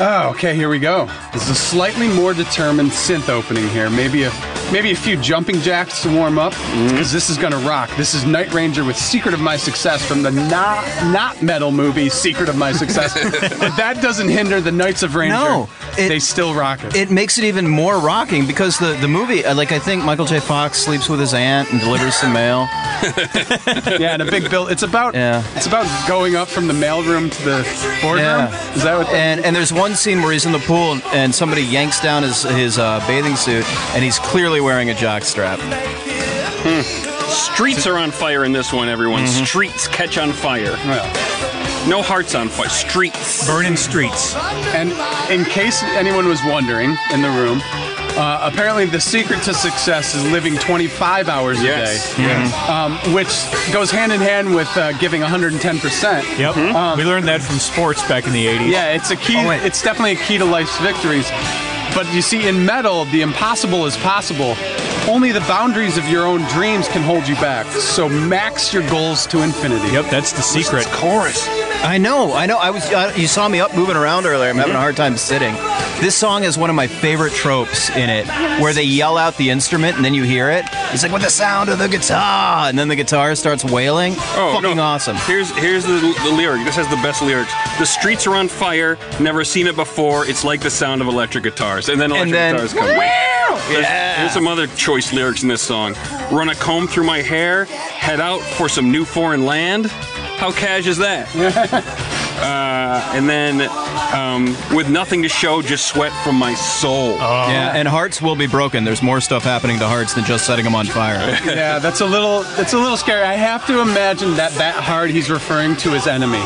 Speaker 5: Oh, okay, here we go. This is a slightly more determined synth opening here. Maybe a maybe a few jumping jacks to warm up, because this is gonna rock. This is Night Ranger with "Secret of My Success" from the not not metal movie "Secret of My Success." but that doesn't hinder the Knights of Ranger.
Speaker 4: No, it-
Speaker 5: they still rock it.
Speaker 4: It makes it even more rocking because the, the movie, uh, like I think Michael J. Fox sleeps with his aunt and delivers some mail.
Speaker 5: yeah, and a big bill. It's about
Speaker 4: Yeah.
Speaker 5: it's about going up from the mailroom to the boardroom.
Speaker 4: Yeah.
Speaker 5: Is that what?
Speaker 4: And and there's one scene where he's in the pool and somebody yanks down his his uh, bathing suit and he's clearly wearing a jockstrap.
Speaker 2: Streets are on fire in this one, everyone.
Speaker 3: Mm-hmm.
Speaker 2: Streets catch on fire.
Speaker 5: Well.
Speaker 2: No hearts on fire. Streets.
Speaker 3: Burning streets.
Speaker 5: And in case anyone was wondering in the room, uh, apparently the secret to success is living 25 hours
Speaker 2: Yes.
Speaker 5: a day,
Speaker 3: Mm-hmm.
Speaker 5: um, which goes hand in hand with uh, giving 110%.
Speaker 3: Yep. Uh. we learned that from sports back in the 80s.
Speaker 5: Yeah, it's a key.
Speaker 3: Oh, wait.
Speaker 5: it's definitely a key to life's victories. But you see, in metal, the impossible is possible. Only the boundaries of your own dreams can hold you back. So max your goals to infinity.
Speaker 3: Yep, that's the secret.
Speaker 10: Chorus.
Speaker 4: I know, I know. I was I, you saw me up moving around earlier. I'm having a hard time sitting. This song is one of my favorite tropes in it, where they yell out the instrument and then you hear it. It's like with the sound of the guitar, and then the guitar starts wailing. fucking
Speaker 2: Oh, no.
Speaker 4: awesome.
Speaker 2: Here's here's the, the lyric. This has the best lyrics. The streets are on fire. Never seen it before. It's like the sound of electric guitars. And then electric
Speaker 4: And then-
Speaker 2: guitars come. There's, there's some other choice lyrics in this song. Run a comb through my hair. Head out for some new foreign land. How cash is that? uh, and then, um, with nothing to show, just sweat from my soul.
Speaker 4: Yeah, and hearts will be broken. There's more stuff happening to hearts than just setting them on fire.
Speaker 5: Yeah, that's a little. It's a little scary. I have to imagine that that hard he's referring to his enemy,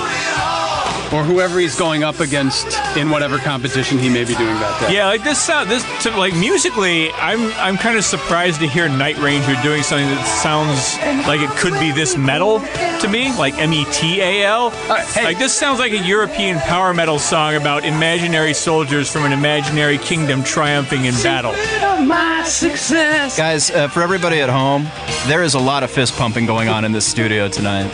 Speaker 5: or whoever he's going up against in whatever competition he may be doing that day.
Speaker 3: Yeah, like this sound, this to, like musically, I'm I'm kind of surprised to hear Night Ranger doing something that sounds like it could be this metal to me, like M E T A L.
Speaker 5: hey.
Speaker 3: Like this sounds like a European power metal song about imaginary soldiers from an imaginary kingdom triumphing in battle.
Speaker 4: Guys, uh, for everybody at home, there is a lot of fist pumping going on in this studio tonight.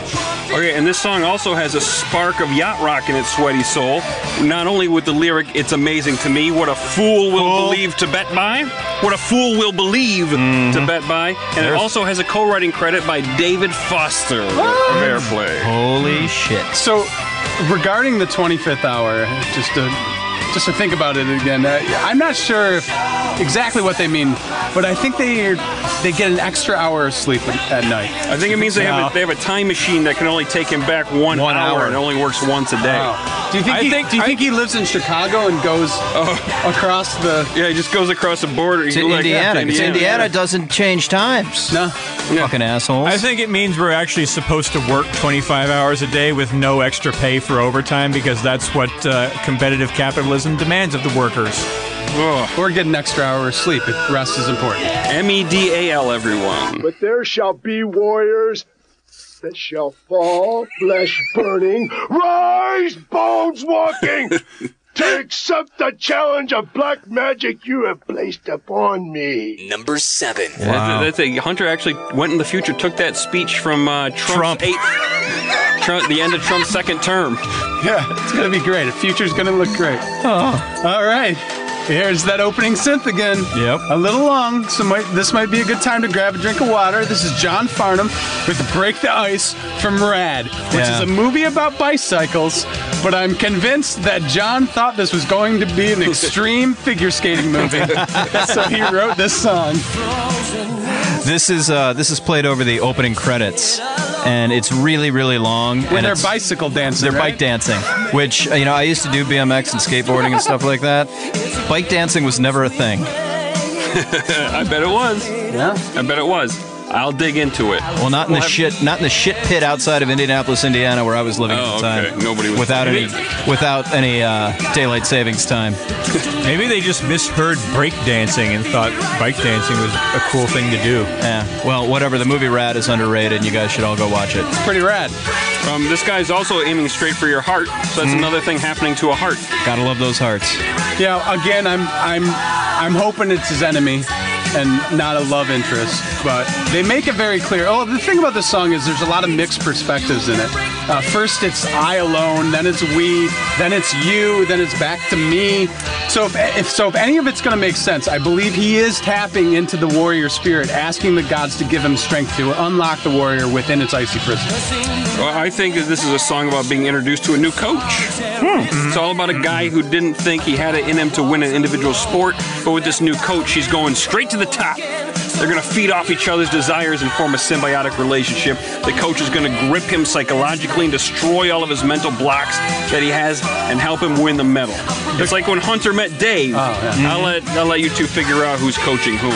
Speaker 2: Okay, and this song also has a spark of yacht rock in its sweaty soul. Not only with the lyric, it's amazing to me, what a fool will believe to bet by, what a fool will believe to bet by, and it also has a co writing credit by David Foster of Airplay.
Speaker 4: Holy shit.
Speaker 5: So, regarding the 25th hour, just to just to think about it again, uh, I'm not sure if exactly what they mean, but I think they they get an extra hour of sleep at night.
Speaker 2: I think it means they have, a, they have a time machine that can only take him back one,
Speaker 5: One hour.
Speaker 2: and only works once a day.
Speaker 5: Do you think,
Speaker 3: I
Speaker 5: he,
Speaker 3: think-
Speaker 5: do you
Speaker 3: I-
Speaker 5: think he lives in Chicago and goes
Speaker 2: Oh.
Speaker 5: across the?
Speaker 2: Yeah, he just goes across the border.
Speaker 4: To Indiana. Because Indiana doesn't change times.
Speaker 5: No.
Speaker 4: Fucking assholes.
Speaker 3: I think it means we're actually supposed to work 25 hours a day with no extra pay for overtime because that's what uh, competitive capitalism demands of the workers.
Speaker 5: Or get an extra hour of sleep. If rest is important.
Speaker 2: M E D A L, everyone.
Speaker 9: But there shall be warriors that shall fall, flesh burning, rise, bones walking, to accept the challenge of black magic you have placed upon me.
Speaker 10: Number seven.
Speaker 2: That's, that's a, Hunter actually went in the future, took that speech from uh, Trump's
Speaker 3: Trump.
Speaker 2: Eighth, Trump, the end of Trump's second term.
Speaker 5: Yeah, it's gonna be great. The future's gonna look great.
Speaker 4: Oh.
Speaker 5: All right, here's that opening synth again.
Speaker 3: Yep.
Speaker 5: A little long, so might, this might be a good time to grab a drink of water. This is John Farnham with "Break the Ice" from Rad, which
Speaker 4: Yeah.
Speaker 5: is a movie about bicycles. But I'm convinced that John thought this was going to be an extreme figure skating movie, so he wrote this song.
Speaker 4: this is uh, this is played over the opening credits, and it's really really long.
Speaker 5: When
Speaker 4: and
Speaker 5: they're
Speaker 4: it's-
Speaker 5: bicycle dancing,
Speaker 4: They're
Speaker 5: right?
Speaker 4: bike dancing, which uh, you know I used to do BMX and skateboarding and stuff like that. Bike dancing was never a thing.
Speaker 2: I bet it was.
Speaker 5: Yeah.
Speaker 2: I bet it was. I'll dig into it.
Speaker 4: Well, not in the shit, not in the shit pit outside of Indianapolis, Indiana, where I was living
Speaker 2: Oh,
Speaker 4: at the time.
Speaker 2: okay. Nobody was-
Speaker 4: without any, without any uh, daylight savings time.
Speaker 3: Maybe they just misheard break dancing and thought bike dancing was a cool thing to do.
Speaker 4: Yeah. Well, whatever. The movie Rat is underrated, and you guys should all go watch it.
Speaker 5: Pretty rad.
Speaker 2: Um, this guy's also aiming straight for your heart, so that's another thing happening to a heart.
Speaker 4: Gotta love those hearts.
Speaker 5: Yeah. Again, I'm I'm I'm hoping it's his enemy and not a love interest, but they make it very clear. Oh, the thing about this song is there's a lot of mixed perspectives in it. Uh, first, it's I alone, then it's we, then it's you, then it's back to me. So if, if so, if any of it's going to make sense, I believe he is tapping into the warrior spirit, asking the gods to give him strength to unlock the warrior within its icy prison.
Speaker 2: Well, I think that this is a song about being introduced to a new coach. It's all about a guy who didn't think he had it in him to win an individual sport, but with this new coach, he's going straight to the top. They're going to feed off each other's desires and form a symbiotic relationship. The coach is going to grip him psychologically and destroy all of his mental blocks that he has and help him win the medal. It's like when Hunter met Dave. I'll, let, I'll let you two figure out who's coaching whom.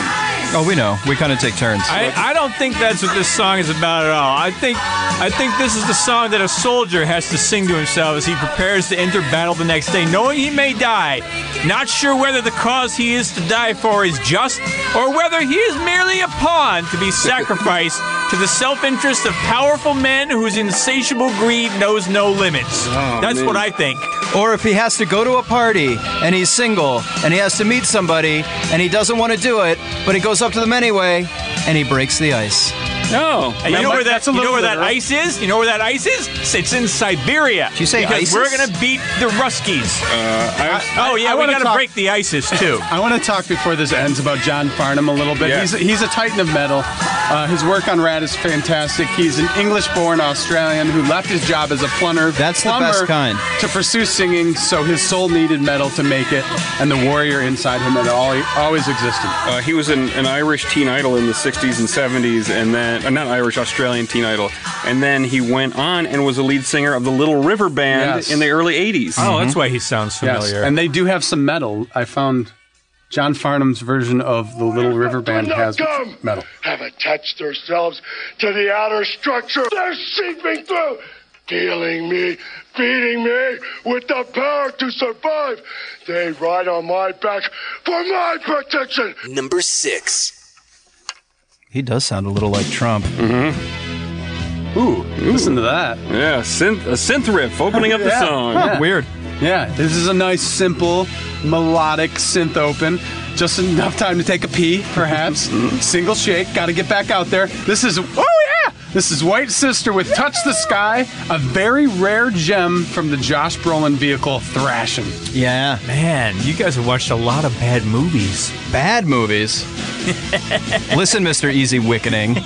Speaker 4: Oh, we know. We kind of take turns.
Speaker 3: I, I don't think that's what this song is about at all. I think I think this is the song that a soldier has to sing to himself as he prepares to enter battle the next day, knowing he may die, not sure whether the cause he is to die for is just or whether he is merely a pawn to be sacrificed to the self-interest of powerful men whose insatiable greed knows no limits. that's what I think.
Speaker 4: Or if he has to go to a party and he's single and he has to meet somebody and he doesn't want to do it, but he goes up to them anyway and he breaks the ice.
Speaker 2: No.
Speaker 3: And you know
Speaker 5: Mike,
Speaker 3: where that,
Speaker 5: that's a
Speaker 3: you know
Speaker 5: little
Speaker 3: where that
Speaker 5: literal.
Speaker 3: ice is? You know where that ice is? It's in Siberia.
Speaker 4: you say
Speaker 3: because
Speaker 4: ISIS?
Speaker 3: we're gonna beat the Ruskies. oh yeah,
Speaker 5: I
Speaker 3: we
Speaker 5: wanna
Speaker 3: gotta
Speaker 5: talk-
Speaker 3: break the ISIS too.
Speaker 5: I want to talk before this ends about John Farnham a little bit.
Speaker 2: Yeah.
Speaker 5: He's, he's a titan of metal. Uh, his work on Rad is fantastic. He's an English born Australian who left his job as a plumber,
Speaker 4: That's the
Speaker 5: plumber
Speaker 4: best kind.
Speaker 5: to pursue singing, so his soul needed metal to make it, and the warrior inside him had al- always existed.
Speaker 2: Uh, he was an, an Irish teen idol in the 60s and 70s, and then, uh, not Irish, Australian teen idol. And then he went on and was a lead singer of the Little River Band
Speaker 5: Yes.
Speaker 2: in the early 80s.
Speaker 3: Oh, that's why he sounds
Speaker 5: Yes.
Speaker 3: familiar.
Speaker 5: And they do have some metal. I found John Farnham's version of the Little River Band has
Speaker 9: Come.
Speaker 5: metal.
Speaker 9: have attached themselves to the outer structure. They're seeping through, dealing me, feeding me with the power to survive. They ride on my back for my protection.
Speaker 8: Number six.
Speaker 4: He does sound a little like Trump.
Speaker 5: Ooh, listen to that.
Speaker 2: Yeah, synth, a synth riff opening up the
Speaker 5: Yeah.
Speaker 2: song.
Speaker 5: Huh.
Speaker 3: Weird.
Speaker 5: Yeah, this is a nice, simple, melodic synth open. Just enough time to take a pee, perhaps. Single shake, gotta get back out there. This is, oh yeah! This is White Sister with Touch the Sky, a very rare gem from the Josh Brolin vehicle Thrashing.
Speaker 4: Yeah.
Speaker 3: Man, you guys have watched a lot of bad movies.
Speaker 4: Bad movies. Listen, Mr. Easy Wickening.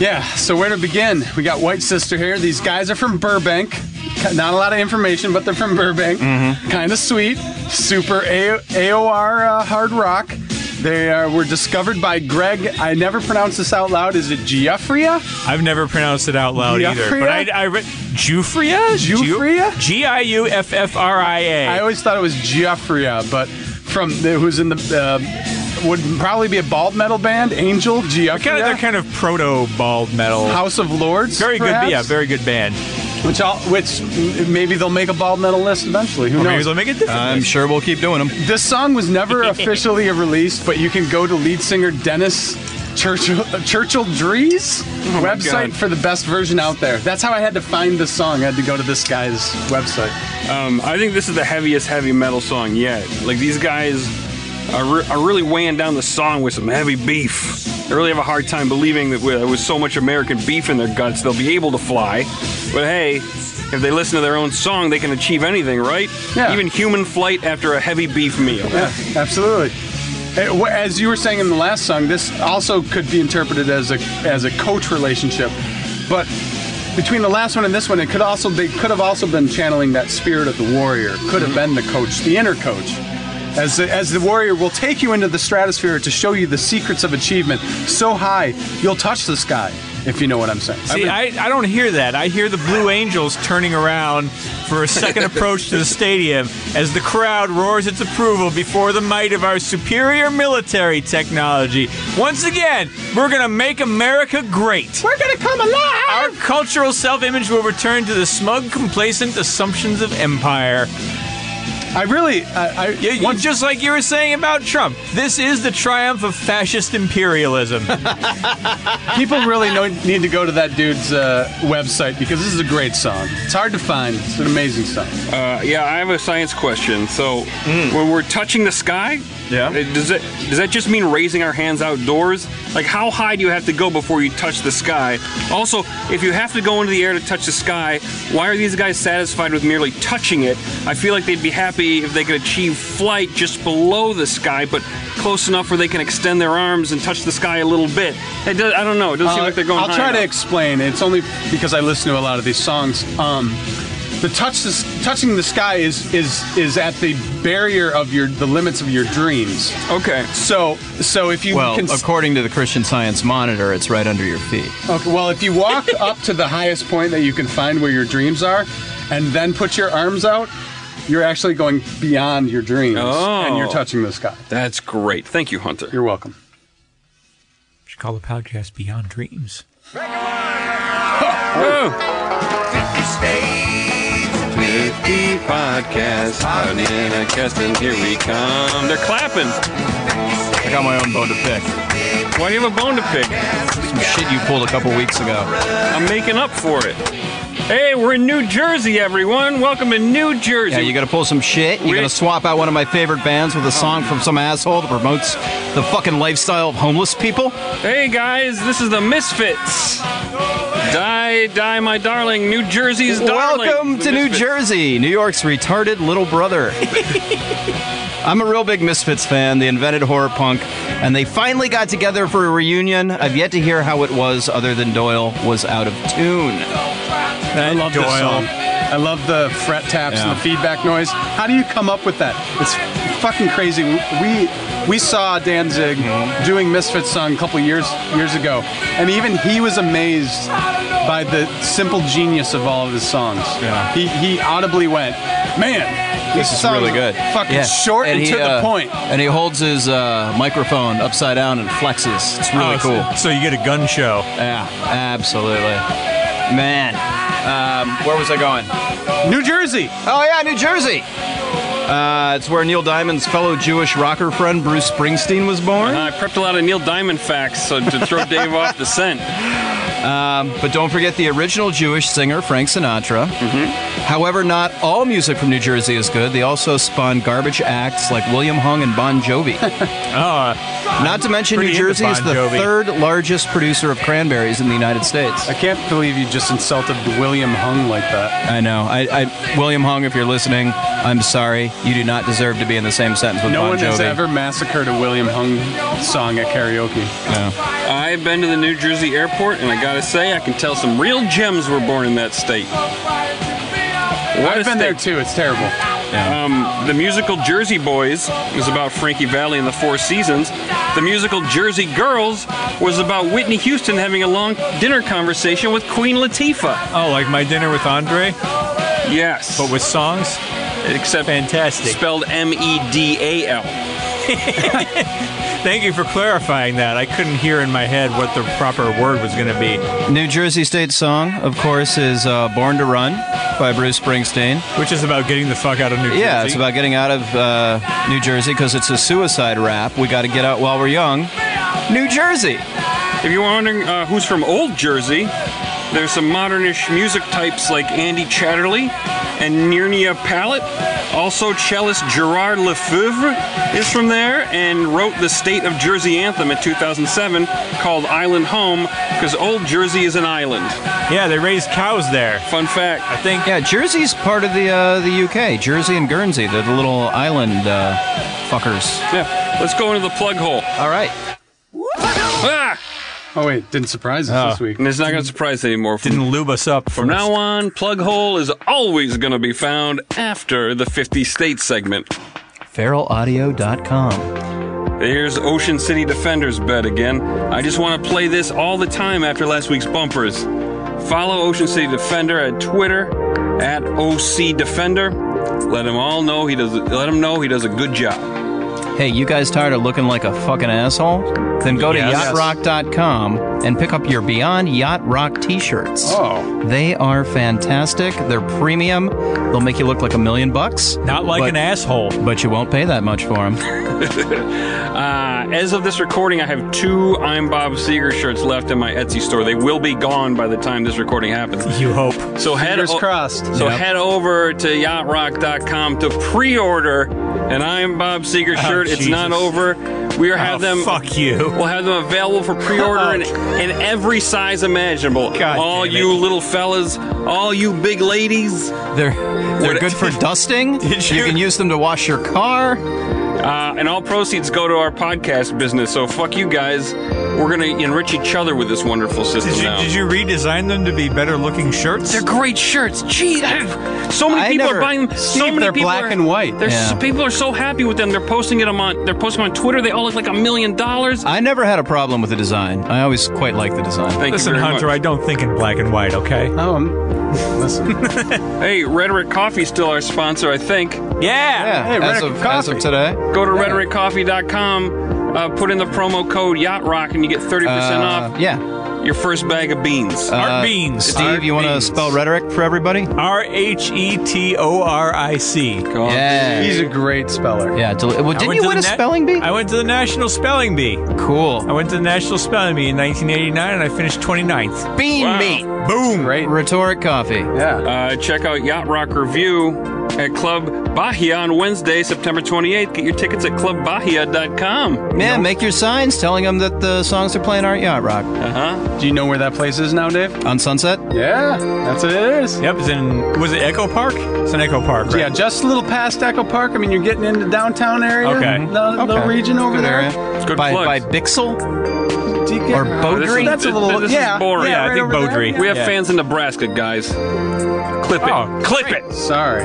Speaker 5: Yeah, so where to begin? We got White Sister here. These guys are from Burbank. Not a lot of information, but they're from Burbank.
Speaker 3: Mm-hmm.
Speaker 5: Kind of sweet. Super A- AOR uh, hard rock. They uh, were discovered by Greg. I never pronounce this out loud. Is it Giuffria?
Speaker 3: I've never pronounced it out loud either. But
Speaker 5: Giuffria?
Speaker 3: I, I read Jufria?
Speaker 5: Giuffria?
Speaker 3: G I U F F R I
Speaker 5: I
Speaker 3: A.
Speaker 5: always thought it was Giuffria, but from who's in the uh, would probably be a bald metal band, Angel Giuffria.
Speaker 3: Kind of, they're kind of proto bald metal.
Speaker 5: House of Lords.
Speaker 3: very good,
Speaker 5: perhaps?
Speaker 3: yeah, very good band.
Speaker 5: which all, which m- maybe they'll make a bald metal list eventually. Who
Speaker 3: Or maybe
Speaker 5: knows?
Speaker 3: they'll make it different.
Speaker 4: I'm sure we'll keep doing them.
Speaker 5: This song was never officially released, but you can go to lead singer Dennis Churchill, uh, Churchill Drees website
Speaker 2: God.
Speaker 5: for the best version out there. That's how I had to find this song. I had to go to this guy's website.
Speaker 2: Um, I think this is the heaviest heavy metal song yet. Like, these guys are, re- are really weighing down the song with some heavy beef. I really have a hard time believing that with, with so much American beef in their guts, they'll be able to fly. But hey, if they listen to their own song, they can achieve anything, right?
Speaker 5: Yeah.
Speaker 2: Even human flight after a heavy beef meal.
Speaker 5: Yeah, absolutely. Eh, wh- As you were saying in the last song, this also could be interpreted as a as a coach relationship, but between the last one and this one, it could also they could have also been channeling that spirit of the warrior. Could have
Speaker 3: Mm-hmm.
Speaker 5: been the coach, the inner coach. As the, as the warrior will take you into the stratosphere to show you the secrets of achievement so high you'll touch the sky. if you know what I'm saying. I've
Speaker 3: See,
Speaker 5: been-
Speaker 3: I, I don't hear that. I hear the Blue Angels turning around for a second approach to the stadium as the crowd roars its approval before the might of our superior military technology. Once again, we're going to make America great. We're going to come alive. Our cultural self image will return to the smug, complacent assumptions of empire.
Speaker 5: I really, I, I
Speaker 3: You- you-
Speaker 5: once-
Speaker 3: just like you were saying about Trump, this is the triumph of fascist imperialism.
Speaker 5: people really know, need to go to that dude's uh, website because this is a great song. It's hard to find. It's an amazing song.
Speaker 2: Uh, yeah, I have a science question. So, when we're touching the sky,
Speaker 5: Hmm. Yeah.
Speaker 2: it- does that does that just mean raising our hands outdoors? Like, how high do you have to go before you touch the sky? Also, if you have to go into the air to touch the sky, why are these guys satisfied with merely touching it? I feel like they'd be happy if they could achieve flight just below the sky, but close enough where they can extend their arms and touch the sky a little bit. It does, I don't know. It doesn't seem
Speaker 5: Uh,
Speaker 2: like they're going.
Speaker 5: I'll
Speaker 2: high
Speaker 5: try to
Speaker 2: enough.
Speaker 5: explain. It's only because I listen to a lot of these songs. Um, the touch, the, s- touching the sky is is is at the barrier of your the limits of your dreams.
Speaker 2: Okay.
Speaker 5: So so if you
Speaker 4: Well,
Speaker 5: can, s-
Speaker 4: according to the Christian Science Monitor, it's right under your feet.
Speaker 5: okay, well if you walk up to the highest point that you can find where your dreams are, and then put your arms out, you're actually going beyond your dreams and you're
Speaker 2: Oh.
Speaker 5: touching the sky.
Speaker 2: That's great. Thank you, Hunter.
Speaker 5: You're welcome.
Speaker 3: should call the podcast Beyond Dreams.
Speaker 2: Oh.
Speaker 8: States.
Speaker 2: Fifty podcast, Hot Nana Keston, here we come. They're clapping.
Speaker 4: I got my own bone to pick.
Speaker 2: Why do you have a bone to pick?
Speaker 4: Some shit you pulled a couple weeks ago.
Speaker 2: I'm making up for it. Hey, we're in New Jersey, everyone. Welcome to New Jersey.
Speaker 4: Yeah, you gotta pull some shit. You
Speaker 2: We-
Speaker 4: gotta swap out one of my favorite bands with a song from some asshole that promotes the fucking lifestyle of homeless people.
Speaker 2: hey, guys, this is the Misfits. Die, die, my darling, New Jersey's darling.
Speaker 4: Welcome
Speaker 2: The
Speaker 4: to New
Speaker 2: Misfits.
Speaker 4: Jersey, New York's retarded little brother. I'm a real big Misfits fan. They invented horror punk, and they finally got together for a reunion. I've yet to hear how it was, other than Doyle was out of tune.
Speaker 5: I love this song. I love the fret taps
Speaker 4: Yeah.
Speaker 5: and the feedback noise. How do you come up with that? It's fucking crazy. We we saw Danzig doing Misfits song a couple years years ago, and even he was amazed by the simple genius of all of his songs.
Speaker 4: Yeah.
Speaker 5: He he audibly went, man, this,
Speaker 4: This is
Speaker 5: song's
Speaker 4: really good.
Speaker 5: Fucking short and,
Speaker 4: he,
Speaker 5: to
Speaker 4: uh,
Speaker 5: the point.
Speaker 4: And he holds his uh, microphone upside down and flexes. It's really
Speaker 3: Oh,
Speaker 4: cool.
Speaker 3: so- so you get a gun show.
Speaker 4: Yeah, absolutely. Man, um, where was I going?
Speaker 5: New Jersey.
Speaker 4: Oh yeah, New Jersey. Uh, it's where Neil Diamond's fellow Jewish rocker friend Bruce Springsteen was born.
Speaker 2: I prepped a lot of Neil Diamond facts so to throw Dave off the scent.
Speaker 4: But don't forget the original Jewish singer Frank Sinatra. However, not all music from New Jersey is good. They also spawned garbage acts like William Hung and Bon Jovi.
Speaker 3: Oh,
Speaker 4: not to mention, New
Speaker 3: pretty into
Speaker 4: Jersey is
Speaker 3: Bon
Speaker 4: the
Speaker 3: Jovi.
Speaker 4: third largest producer of cranberries in the United States.
Speaker 5: I can't believe you just insulted William Hung like that.
Speaker 4: I know. I, I William Hung, if you're listening, I'm sorry. You do not deserve to be in the same sentence with
Speaker 5: No
Speaker 4: Bon
Speaker 5: one
Speaker 4: Jovi.
Speaker 5: has ever massacred a William Hung song at karaoke.
Speaker 2: I've been to the New Jersey airport, and I gotta say, I can tell some real gems were born in that state. What a
Speaker 5: I've been there
Speaker 2: state.
Speaker 5: too. It's terrible.
Speaker 2: Um, the musical Jersey Boys was about Frankie Valley and the Four Seasons. The musical Jersey Girls was about Whitney Houston having a long dinner conversation with Queen Latifah.
Speaker 3: oh, like my dinner with Andre,
Speaker 2: Yes,
Speaker 3: but with songs.
Speaker 2: except
Speaker 3: Fantastic.
Speaker 2: spelled M E D A L.
Speaker 3: Thank you for clarifying that. I couldn't hear in my head what the proper word was going to be,
Speaker 4: New Jersey State song, of course, is uh, "Born to Run" by Bruce Springsteen.
Speaker 3: which is about getting the fuck out of New Jersey.
Speaker 4: Yeah, it's about getting out of uh, New Jersey because it's a suicide rap. We got to get out while we're young. New Jersey.
Speaker 2: If you're wondering uh, who's from Old Jersey, there's some modernish music types like Andy Chatterley and Nirnia Pallet. Also, cellist Gerard Lefevre is from there and wrote the State of Jersey anthem in 2007 called Island Home because Old Jersey is an island.
Speaker 3: Yeah, they raise cows there.
Speaker 2: Fun fact.
Speaker 3: I think.
Speaker 4: Yeah, Jersey's part of the uh, the UK. Jersey and Guernsey, they're the little island uh, fuckers.
Speaker 2: Yeah, let's go into the plug hole.
Speaker 4: All right.
Speaker 2: Ah!
Speaker 5: Oh wait, didn't surprise us this week.
Speaker 2: And it's not going to surprise anymore. From,
Speaker 3: Didn't lube us up
Speaker 2: from now on, plug hole is always going to be found after the 50 state segment.
Speaker 4: Feralaudio.com.
Speaker 2: There's Ocean City Defenders bet again. I just want to play this all the time after last week's bumpers. Follow Ocean City Defender at Twitter at OC Defender. Let him all know he does. Let him know he does a good job.
Speaker 4: Hey, you guys tired of looking like a fucking asshole? Then go to
Speaker 3: Yes.
Speaker 4: yachtrock.com and pick up your Beyond Yacht Rock t-shirts.
Speaker 5: Oh.
Speaker 4: They are fantastic. They're premium. They'll make you look like a million bucks,
Speaker 3: Not like
Speaker 4: But-
Speaker 3: an asshole.
Speaker 4: but you won't pay that much for them.
Speaker 2: Uh, as of this recording, I have two I'm Bob Seeger shirts left in my Etsy store. They will be gone by the time this recording happens.
Speaker 3: You hope.
Speaker 2: So head
Speaker 5: Fingers
Speaker 2: o-
Speaker 5: crossed.
Speaker 2: So
Speaker 4: Yep.
Speaker 2: head over to yachtrock.com to pre-order an I'm Bob Seeger shirt. it's not
Speaker 3: Jesus.
Speaker 2: over. We are have
Speaker 3: Oh,
Speaker 2: them
Speaker 3: Fuck you.
Speaker 2: We'll have them available for pre-order in, in every size imaginable.
Speaker 3: God
Speaker 2: all
Speaker 3: damn it.
Speaker 2: you little fellas, all you big ladies. uh,
Speaker 4: They're they're
Speaker 2: What-
Speaker 4: good for dusting.
Speaker 3: Did you-
Speaker 4: you can use them to wash your car.
Speaker 2: Uh, and all proceeds go to our podcast business. So fuck you guys. We're gonna enrich each other with this wonderful system
Speaker 3: Did you,
Speaker 2: now.
Speaker 3: did you redesign them to be better looking shirts?
Speaker 2: They're great shirts. Gee, I- so many
Speaker 4: I
Speaker 2: people
Speaker 4: never-
Speaker 2: are buying. them.
Speaker 5: Steve,
Speaker 2: So many
Speaker 5: they're
Speaker 2: people
Speaker 5: black
Speaker 2: are-
Speaker 5: and white.
Speaker 2: They're s-
Speaker 4: Yeah.
Speaker 2: people are so happy with them. They're posting it 'em on. They're posting 'em on Twitter. They all look like a million dollars.
Speaker 4: I never had a problem with the design. I always quite like the design.
Speaker 2: Thank
Speaker 3: Listen,
Speaker 2: you very
Speaker 3: Hunter,
Speaker 2: much.
Speaker 3: I don't think in black and white, okay?
Speaker 5: Um, listen.
Speaker 2: Hey, Rhetoric Coffee's still our sponsor, I think.
Speaker 3: Yeah.
Speaker 5: Hey,
Speaker 4: as,
Speaker 5: Reddick
Speaker 4: of, as
Speaker 5: Coffee.
Speaker 4: of today.
Speaker 2: Go to rhetoriccoffee.com, uh, put in the promo code Yacht Rock, and you get 30%
Speaker 4: Uh,
Speaker 2: off
Speaker 4: yeah.
Speaker 2: your first bag of beans.
Speaker 3: Art
Speaker 4: Uh,
Speaker 3: beans.
Speaker 4: Steve,
Speaker 3: Art
Speaker 4: you want to
Speaker 3: beans.
Speaker 4: spell rhetoric for everybody?
Speaker 3: R H E T O R I C.
Speaker 2: Go on.
Speaker 5: He's a great speller.
Speaker 4: Yeah. Del-
Speaker 3: I
Speaker 4: well, didn't
Speaker 3: went
Speaker 4: you
Speaker 3: to
Speaker 4: win
Speaker 3: the
Speaker 4: a
Speaker 3: na-
Speaker 4: spelling bee?
Speaker 3: I went to the National Spelling Bee. I
Speaker 4: cool.
Speaker 3: went to the National Spelling Bee in 1989 and I finished 29th.
Speaker 4: Bean
Speaker 2: Wow.
Speaker 4: meat.
Speaker 3: Boom!
Speaker 5: Great.
Speaker 4: Rhetoric coffee.
Speaker 5: Yeah.
Speaker 2: Uh, check out Yacht Rock Review at Club Bahia on Wednesday, September 28th. Get your tickets at clubbahia.com.
Speaker 4: Man, make your signs telling them that the songs they're playing aren't yacht rock
Speaker 5: Do you know where that place is now, Dave?
Speaker 4: on Sunset.
Speaker 5: Yeah, that's what it is.
Speaker 3: Yep, it's in, was it Echo Park? It's in Echo Park, right?
Speaker 5: Yeah, just a little past Echo Park. I mean, you're getting into downtown area.
Speaker 3: Okay.
Speaker 5: The, the
Speaker 4: Okay.
Speaker 5: region over
Speaker 4: Good
Speaker 5: there.
Speaker 4: area.
Speaker 2: It's good
Speaker 4: by,
Speaker 2: plugs.
Speaker 4: by Bixel.
Speaker 5: Do you get-
Speaker 4: Or
Speaker 5: Uh,
Speaker 4: Beaudry?
Speaker 5: this is- That's a little.
Speaker 2: This is
Speaker 5: yeah.
Speaker 2: boring.
Speaker 5: Yeah,
Speaker 3: Yeah, I
Speaker 5: right
Speaker 3: think
Speaker 5: over there.
Speaker 3: Beaudry.
Speaker 5: Yeah.
Speaker 2: We have
Speaker 3: Yeah.
Speaker 2: fans in Nebraska, guys. Clip it.
Speaker 3: Oh,
Speaker 2: Clip it.
Speaker 5: Sorry.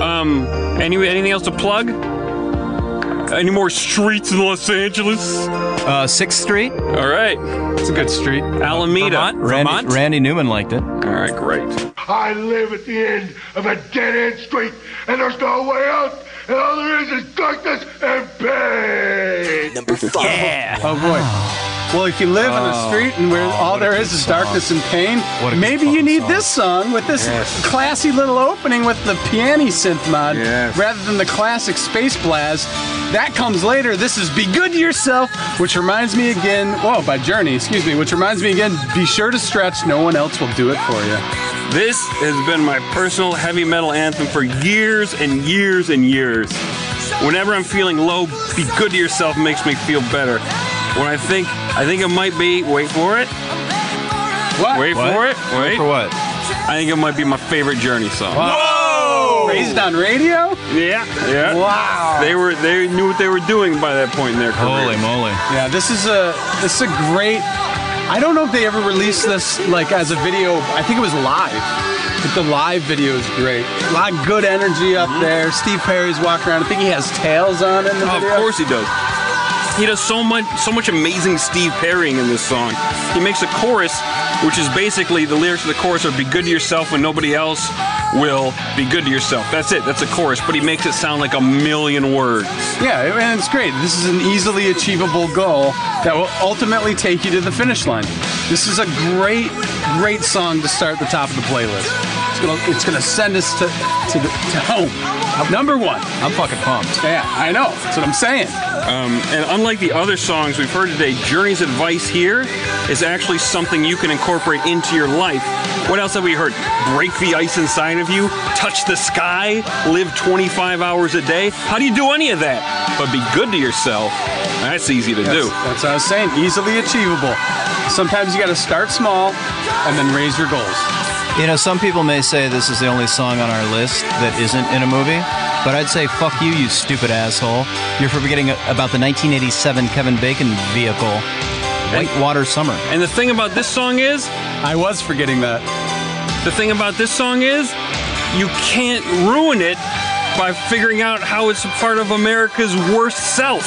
Speaker 2: Um, any, anything else to plug? Any more streets in Los Angeles?
Speaker 4: Uh, Sixth Street.
Speaker 2: All right.
Speaker 5: It's a good street.
Speaker 2: Alameda.
Speaker 3: Vermont? Vermont?
Speaker 4: Randy, Randy Newman liked it.
Speaker 2: All right, great.
Speaker 9: I live at the end of a dead end street, and there's no way out, and all there is is darkness and pain.
Speaker 8: Number five.
Speaker 3: Yeah.
Speaker 5: Oh boy. Well, if you live on
Speaker 4: Oh.
Speaker 5: a street and where all there is is darkness and pain,
Speaker 4: What a good
Speaker 5: maybe you
Speaker 4: fucking
Speaker 5: need
Speaker 4: song.
Speaker 5: this song with this classy little opening with the piano synth mod
Speaker 2: Yes.
Speaker 5: rather than the classic space blast. That comes later. This is Be Good to Yourself, which reminds me again, whoa, by Journey, excuse me, which reminds me again, be sure to stretch. No one else will do it for you.
Speaker 2: This has been my personal heavy metal anthem for years and years and years. Whenever I'm feeling low, be good to yourself makes me feel better. When I think I think it might be wait for it,
Speaker 5: What?
Speaker 2: wait for it, wait.
Speaker 4: For what?
Speaker 2: I think it might be my favorite Journey song.
Speaker 5: Whoa! Raised on radio?
Speaker 2: Yeah, yeah.
Speaker 5: Wow.
Speaker 2: They were they knew what they were doing by that point in their career.
Speaker 4: Holy moly!
Speaker 5: Yeah, this is a this is a great. I don't know if they ever released this like as a video. I think it was live. But the live video is great. A lot of good energy
Speaker 4: Mm-hmm.
Speaker 5: up there. Steve Perry's walking around. I think he has tails on in the
Speaker 2: Oh,
Speaker 5: video.
Speaker 2: of course he does. He does so much, so much amazing Steve Perrying in this song. He makes a chorus, which is basically the lyrics of the chorus are "Be good to yourself when nobody else will be good to yourself." That's it. That's a chorus, but he makes it sound like a million words.
Speaker 5: Yeah, and it's great. This is an easily achievable goal that will ultimately take you to the finish line. This is a great, great song to start the top of the playlist. It's gonna, it's gonna send us to to, the, to home. Number one.
Speaker 4: I'm fucking pumped.
Speaker 5: Yeah, I know. That's what I'm saying.
Speaker 2: Um, and unlike the other songs we've heard today, Journey's advice here is actually something you can incorporate into your life. What else have we heard? Break the ice inside of you, touch the sky, live 25 hours a day. How do you do any of that? But be good to yourself. That's easy to do.
Speaker 5: That's what I was saying. Easily achievable. Sometimes you got to start small and then raise your goals.
Speaker 4: You know, some people may say this is the only song on our list that isn't in a movie, but I'd say fuck you, you stupid asshole. You're forgetting about the 1987 Kevin Bacon vehicle, Whitewater Summer.
Speaker 2: And the thing about this song is,
Speaker 5: I was forgetting that.
Speaker 2: the thing about this song is, you can't ruin it by figuring out how it's a part of America's worst self.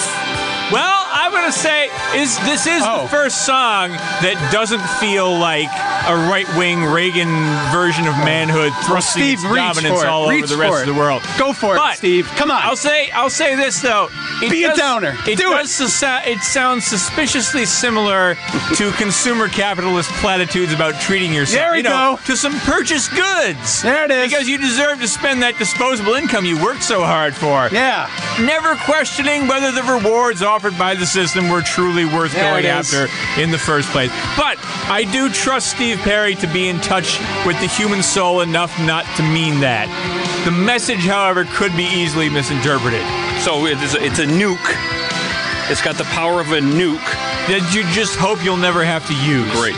Speaker 3: Well, I'm gonna say is this is
Speaker 5: Oh.
Speaker 3: the first song that doesn't feel like a right-wing Reagan version of manhood thrusting
Speaker 5: Oh. Steve,
Speaker 3: its
Speaker 5: reach
Speaker 3: dominance
Speaker 5: for it.
Speaker 3: all
Speaker 5: Reach
Speaker 3: over the rest
Speaker 5: for
Speaker 3: of the
Speaker 5: it.
Speaker 3: world.
Speaker 5: Go for it,
Speaker 3: But
Speaker 5: Steve. Come on.
Speaker 3: I'll say I'll say this though. It
Speaker 5: Be a downer.
Speaker 3: It
Speaker 5: Do
Speaker 3: does sus- it sounds suspiciously similar to consumer capitalist platitudes about treating yourself.
Speaker 5: There we
Speaker 3: you know,
Speaker 5: go.
Speaker 3: To some purchased goods.
Speaker 5: There it is.
Speaker 3: Because you deserve to spend that disposable income you worked so hard for
Speaker 5: Yeah.
Speaker 3: never questioning whether the rewards offered by the system were truly worth
Speaker 5: There
Speaker 3: going
Speaker 5: it is.
Speaker 3: after in the first place. But I do trust Steve Perry to be in touch with the human soul enough not to mean that. The message, however, could be easily misinterpreted.
Speaker 2: So it's a, it's a nuke. It's got the power of a nuke.
Speaker 3: That you just hope you'll never have to use.
Speaker 2: Great.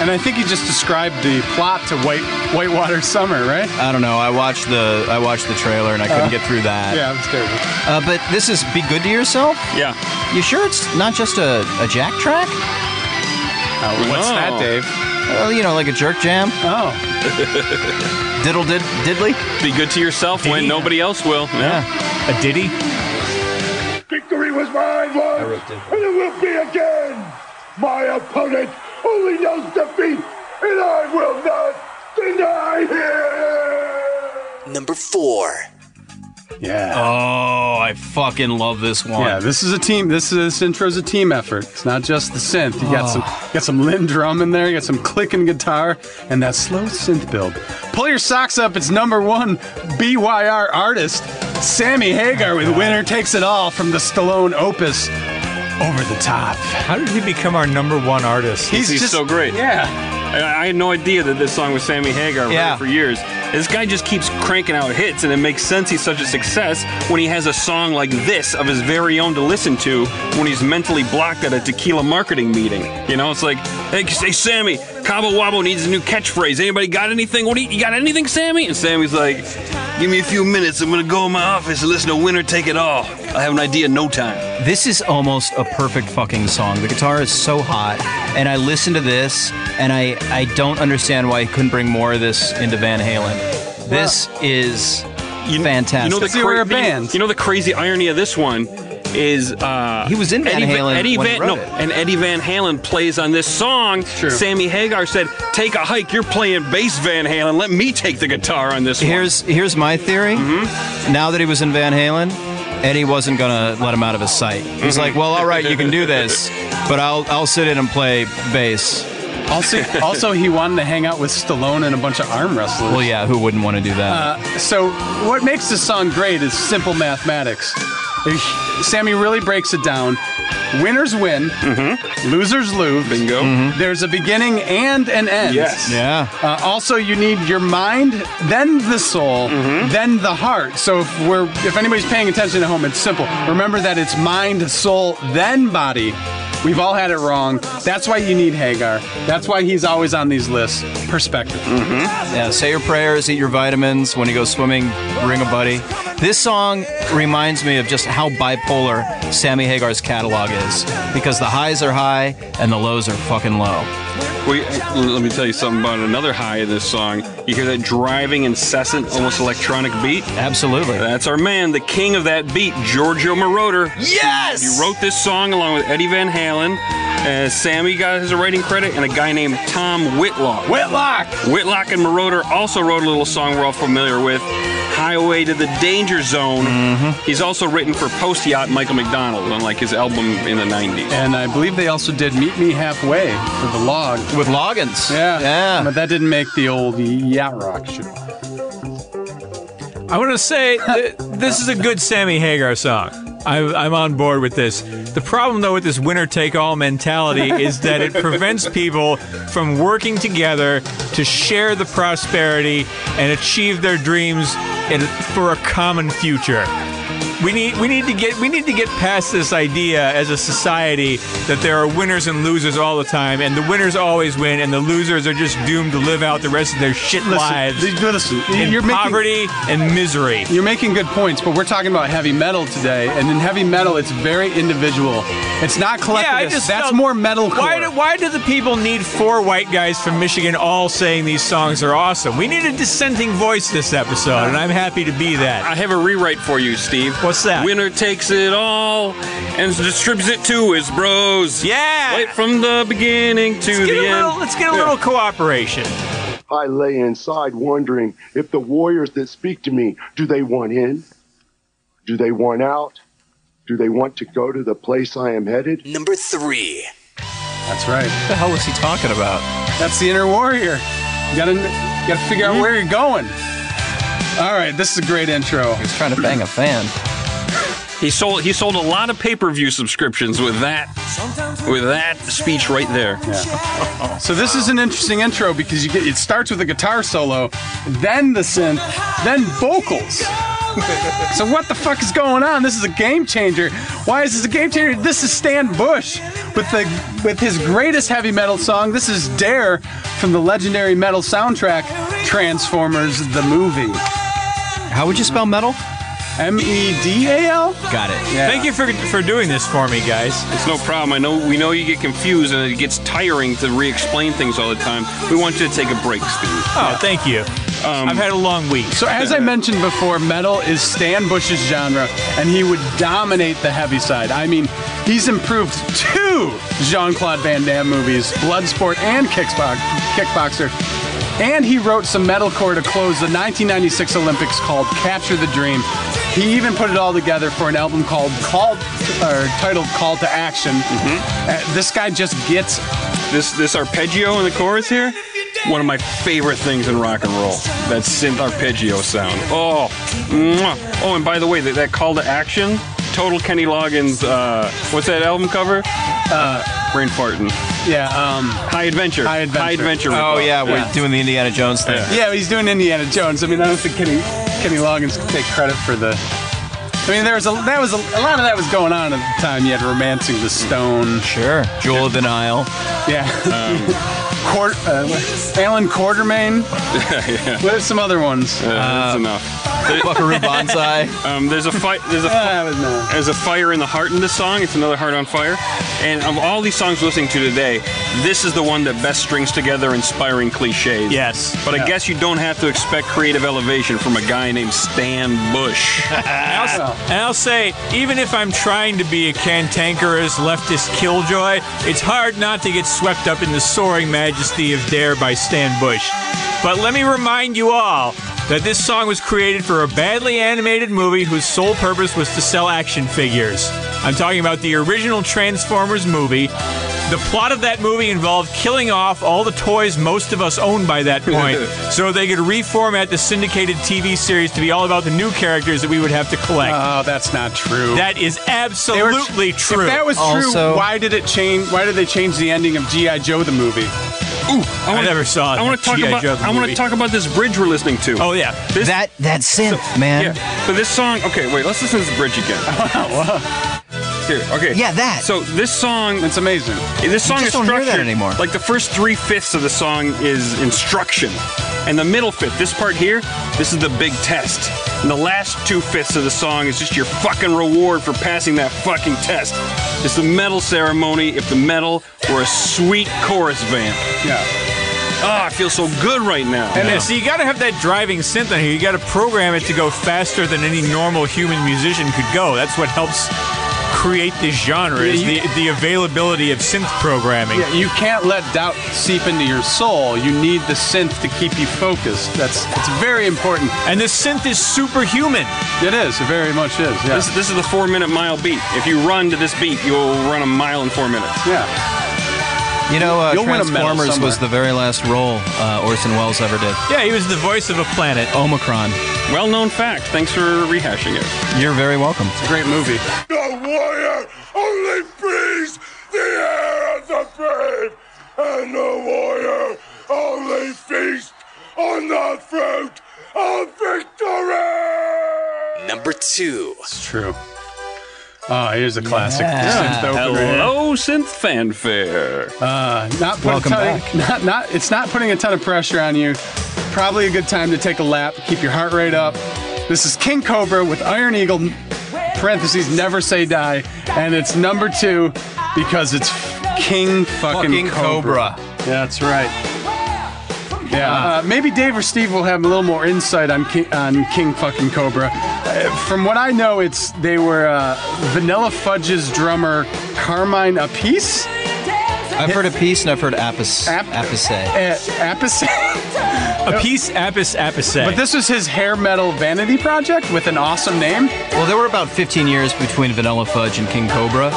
Speaker 5: And I think you just described the plot to White Whitewater Summer, right?
Speaker 4: I don't know. I watched the I watched the trailer and I couldn't get through that.
Speaker 5: Yeah, it was terrible.
Speaker 4: Uh, but this is be good to yourself.
Speaker 2: Yeah.
Speaker 4: You sure it's not just a, a jack track?
Speaker 5: What's
Speaker 2: Oh.
Speaker 5: that, Dave?
Speaker 4: Well, Uh, you know, like a jerk jam,
Speaker 5: Oh,
Speaker 4: diddle did diddly.
Speaker 2: Be good to yourself when
Speaker 3: Yeah.
Speaker 2: nobody else will.
Speaker 4: Yeah.
Speaker 3: A ditty?
Speaker 9: Victory was mine once, and it will be again. My opponent only knows defeat, and I will not deny him.
Speaker 8: Number four.
Speaker 5: yeah.
Speaker 4: Oh, I fucking love this one.
Speaker 5: Yeah, this is a team. This is this intro's a team effort. It's not just the synth. You got some,
Speaker 2: Ah.
Speaker 5: you got some Lynn drum in there. You got some clicking guitar and that slow synth build. Pull your socks up. It's number one BYR artist Sammy Hagar with "Winner Takes It All" from the Stallone opus "Over the Top."
Speaker 3: How did he become our number one artist?
Speaker 2: he's so great.
Speaker 5: Yeah,
Speaker 2: I I had no idea that this song was Sammy Hagar wrote it
Speaker 4: Yeah.
Speaker 2: for years. This guy just keeps cranking out hits, and it makes sense he's such a success when he has a song like this of his very own to listen to when he's mentally blocked at a tequila marketing meeting. You know, it's like, hey, say Sammy, Cabo Wabo needs a new catchphrase. Anybody got anything? What do you, you got anything, Sammy? And Sammy's like, give me a few minutes. I'm gonna go in my office and listen to Winner Take It All. I have an idea in no time.
Speaker 4: This is almost a perfect fucking song. The guitar is so hot, and I listen to this, and I I don't understand why he couldn't bring more of this into Van Halen. This is fantastic.
Speaker 2: You know the
Speaker 5: they were
Speaker 2: cra-
Speaker 5: a band.
Speaker 2: You know the crazy irony of this one is uh,
Speaker 4: He was in Van
Speaker 2: Eddie
Speaker 4: Halen
Speaker 2: Eddie
Speaker 4: when he
Speaker 2: Van,
Speaker 4: wrote
Speaker 2: no,
Speaker 4: it.
Speaker 2: and Eddie Van Halen plays on this song.
Speaker 5: true.
Speaker 2: Sammy Hagar said, "Take a hike. You're playing bass, Van Halen. Let me take the guitar on this one."
Speaker 4: Here's here's my theory.
Speaker 2: Mm-hmm.
Speaker 4: Now that he was in Van Halen, Eddie wasn't gonna let him out of his sight. He's
Speaker 2: Mm-hmm.
Speaker 4: like, well, all right, you can do this, but I'll I'll sit in and play bass.
Speaker 5: Also, also he wanted to hang out with Stallone and a bunch of arm wrestlers.
Speaker 4: Well, yeah, who wouldn't want to do that?
Speaker 2: Uh,
Speaker 5: So, what makes this song great is simple mathematics. If Sammy really breaks it down. Winners win, losers lose.
Speaker 2: Mm-hmm. Bingo.
Speaker 4: Mm-hmm.
Speaker 5: There's a beginning and an end.
Speaker 2: Yes.
Speaker 4: yeah.
Speaker 5: Uh, also, you need your mind, then the soul, then the heart. So if we're if anybody's paying attention at home, it's simple. Remember that it's mind, soul, then body. We've all had it wrong. That's why you need Hagar. That's why he's always on these lists. Perspective.
Speaker 4: Yeah, say your prayers, eat your vitamins. When you go swimming, bring a buddy. This song reminds me of just how bipolar Sammy Hagar's catalog is because the highs are high and the lows are fucking low.
Speaker 2: We, let me tell you something about another high in this song. You hear that driving, incessant, almost electronic beat.
Speaker 4: Absolutely.
Speaker 2: That's our man, the king of that beat, Giorgio Moroder.
Speaker 4: Yes!
Speaker 2: He wrote this song along with Eddie Van Halen. Uh, Sammy got his writing credit, and a guy named Tom Whitlock.
Speaker 5: Whitlock.
Speaker 2: Whitlock and Moroder also wrote a little song we're all familiar with, Highway to the Danger Zone.
Speaker 3: Mm-hmm.
Speaker 2: He's also written for Post Yacht Michael McDonald on like his album in the 90s.
Speaker 5: And I believe they also did Meet Me Halfway for the log.
Speaker 4: with Loggins.
Speaker 5: Yeah.
Speaker 4: Yeah.
Speaker 5: But that didn't make the old yacht rock shit.
Speaker 3: I want to say th- this is a good Sammy Hagar song. I, I'm on board with this. The problem, though, with this winner take all mentality is that it prevents people from working together to share the prosperity and achieve their dreams in, for a common future. We need we need to get we need to get past this idea as a society that there are winners and losers all the time, and the winners always win, and the losers are just doomed to live out the rest of their shit lives
Speaker 5: th- listen,
Speaker 3: in
Speaker 5: you're making
Speaker 3: poverty and misery.
Speaker 5: you're making good points, but we're talking about heavy metal today, and in heavy metal, it's very individual. It's not collective. that's
Speaker 3: felt-
Speaker 5: more metal.
Speaker 3: Why do, why do the people need four white guys from Michigan all saying these songs are awesome? We need a dissenting voice this episode, and I'm happy to be that.
Speaker 2: I have a rewrite for you, Steve.
Speaker 3: What's that?
Speaker 2: Winner takes it all and distributes it to his bros.
Speaker 3: Yeah.
Speaker 2: Right from the beginning to
Speaker 3: let's,
Speaker 2: the
Speaker 3: get a
Speaker 2: end.
Speaker 3: little, let's get a little cooperation.
Speaker 9: I lay inside wondering if the warriors that speak to me, do they want in? Do they want out? Do they want to go to the place I am headed?
Speaker 8: Number three.
Speaker 5: That's right.
Speaker 4: the hell was he talking about?
Speaker 5: That's the inner warrior. You gotta, you gotta figure
Speaker 4: Hmm?
Speaker 5: out where you're going. All right, this is a great intro.
Speaker 4: He was trying to bang a fan.
Speaker 2: He sold he sold a lot of pay-per-view subscriptions with that with that speech right there.
Speaker 5: So this is an interesting intro because you get it starts with a guitar solo, then the synth, then vocals. so what the fuck is going on? This is a game changer. Why is this a game changer? This is Stan Bush with the with his greatest heavy metal song. This is Dare from the legendary metal soundtrack Transformers the movie.
Speaker 4: How would you spell metal?
Speaker 5: M E D A L.
Speaker 4: Got it.
Speaker 5: Yeah.
Speaker 3: Thank you for for doing this for me, guys.
Speaker 2: It's no problem. I know we know you get confused and it gets tiring to re-explain things all the time. We want you to take a break, Steve.
Speaker 3: Oh, thank you. I've had a long week.
Speaker 5: So as I mentioned before, metal is Stan Bush's genre, and he would dominate the heavy side. I mean, he's improved two Jean-Claude Van Damme movies, Bloodsport and Kickbox, Kickboxer. And he wrote some metalcore to close the 1996 Olympics called Capture the Dream. He even put it all together for an album called Call or titled Call to Action. Uh, this guy just gets
Speaker 2: This this arpeggio in the chorus here, one of my favorite things in rock and roll. That synth arpeggio sound. Oh, mwah. oh, and by the way, that, that call to action, total Kenny Loggins. Uh, what's that album cover? Uh, Brain farting.
Speaker 5: yeah, um
Speaker 2: High adventure.
Speaker 5: High Adventure.
Speaker 2: High adventure.
Speaker 4: Oh
Speaker 2: ripoff.
Speaker 4: yeah, we're doing the Indiana Jones thing.
Speaker 5: Yeah, he's doing Indiana Jones. I mean, I don't think Kenny Kenny Loggins can take credit for the. I mean, there was a that was a, a lot of that was going on at the time. You had romancing the stone.
Speaker 4: Sure. Jewel of the Nile.
Speaker 5: Yeah. Quart, uh, Alan Quartermain. What are some other ones?
Speaker 2: Uh, that's enough.
Speaker 4: Buckaroo Banzai.
Speaker 2: Um, there's a fight. There's a.
Speaker 5: Ah, but no.
Speaker 2: There's a fire in the heart in this song. It's another heart on fire. And of all these songs we're listening to today, this is the one that best strings together inspiring cliches.
Speaker 3: Yes.
Speaker 2: But I guess you don't have to expect creative elevation from a guy named Stan Bush.
Speaker 3: And I'll say, even if I'm trying to be a cantankerous leftist killjoy, it's hard not to get swept up in the soaring majesty of Dare by Stan Bush. But let me remind you all that this song was created for a badly animated movie whose sole purpose was to sell action figures. I'm talking about the original Transformers movie. The plot of that movie involved killing off all the toys most of us owned by that point so they could reformat the syndicated TV series to be all about the new characters that we would have to collect.
Speaker 5: Oh, that's not true.
Speaker 3: That is
Speaker 5: They were-
Speaker 3: absolutely true.
Speaker 5: If that was
Speaker 4: Also-
Speaker 5: true, why did it change? Why did they change the ending of GI Joe the movie?
Speaker 2: I, wanna-
Speaker 3: never saw
Speaker 2: I want
Speaker 3: the
Speaker 2: to talk
Speaker 3: G.I.
Speaker 2: about.
Speaker 3: Joe the
Speaker 2: I want
Speaker 3: movie.
Speaker 2: to talk about this bridge we're listening to.
Speaker 3: oh yeah,
Speaker 2: This-
Speaker 4: That that synth, man.
Speaker 2: Yeah. But this song. Okay, wait. Let's listen to this bridge again. Here. Okay.
Speaker 4: Yeah, that.
Speaker 2: So this song.
Speaker 5: It's amazing.
Speaker 2: This song
Speaker 4: just
Speaker 2: is
Speaker 4: don't hear that
Speaker 2: structured
Speaker 4: anymore.
Speaker 2: like the first three fifths of the song is instruction, and the middle fifth, this part here, this is the big test, and the last two fifths of the song is just your fucking reward for passing that fucking test. It's the medal ceremony if the medal were a sweet chorus vamp.
Speaker 5: Yeah.
Speaker 2: Ah, I feel so good right now.
Speaker 3: And then, so you got to have that driving synth on here. You got to program it to go faster than any normal human musician could go. That's what helps create this genre is
Speaker 5: Yeah, you-
Speaker 3: the, the availability of synth programming.
Speaker 5: Yeah, you can't let doubt seep into your soul. You need the synth to keep you focused. That's it's very important.
Speaker 3: And this synth is superhuman.
Speaker 5: It is. It very much is. Yeah.
Speaker 2: This, this is the four minute mile beat. If you run to this beat, you'll run a mile in four minutes.
Speaker 5: yeah.
Speaker 4: You know, uh,
Speaker 5: You'll win a medal
Speaker 4: Transformers
Speaker 5: somewhere.
Speaker 4: was the very last role uh, Orson Welles ever did.
Speaker 3: Yeah, he was the voice of a planet.
Speaker 4: Omicron.
Speaker 2: Well known fact. Thanks for rehashing it.
Speaker 4: You're very welcome.
Speaker 5: Great movie.
Speaker 9: The warrior only breathes the air of the brave, and the warrior only feasts on the fruit of victory!
Speaker 8: Number two.
Speaker 5: It's true. Oh, here's a classic. Synth over here.
Speaker 2: Hello, synth fanfare.
Speaker 5: Uh, not put
Speaker 4: Welcome
Speaker 5: a ton
Speaker 4: back.
Speaker 5: not, not, it's not putting a ton of pressure on you. Probably a good time to take a lap, keep your heart rate up. This is King Cobra with Iron Eagle, parentheses, never say die. And it's number two because it's King fucking, Cobra. That's right. Yeah, uh, maybe Dave or Steve will have a little more insight on King, on King fucking Cobra. From what I know, it's they were uh, Vanilla Fudge's drummer Carmine Apiece.
Speaker 4: I've heard a piece and I've heard Apis.
Speaker 5: Ap-
Speaker 4: Apis.
Speaker 5: Uh, Appice.
Speaker 3: A piece apis apise.
Speaker 5: but this was his hair metal vanity project with an awesome name.
Speaker 4: Well, there were about 15 years between Vanilla Fudge and King Cobra.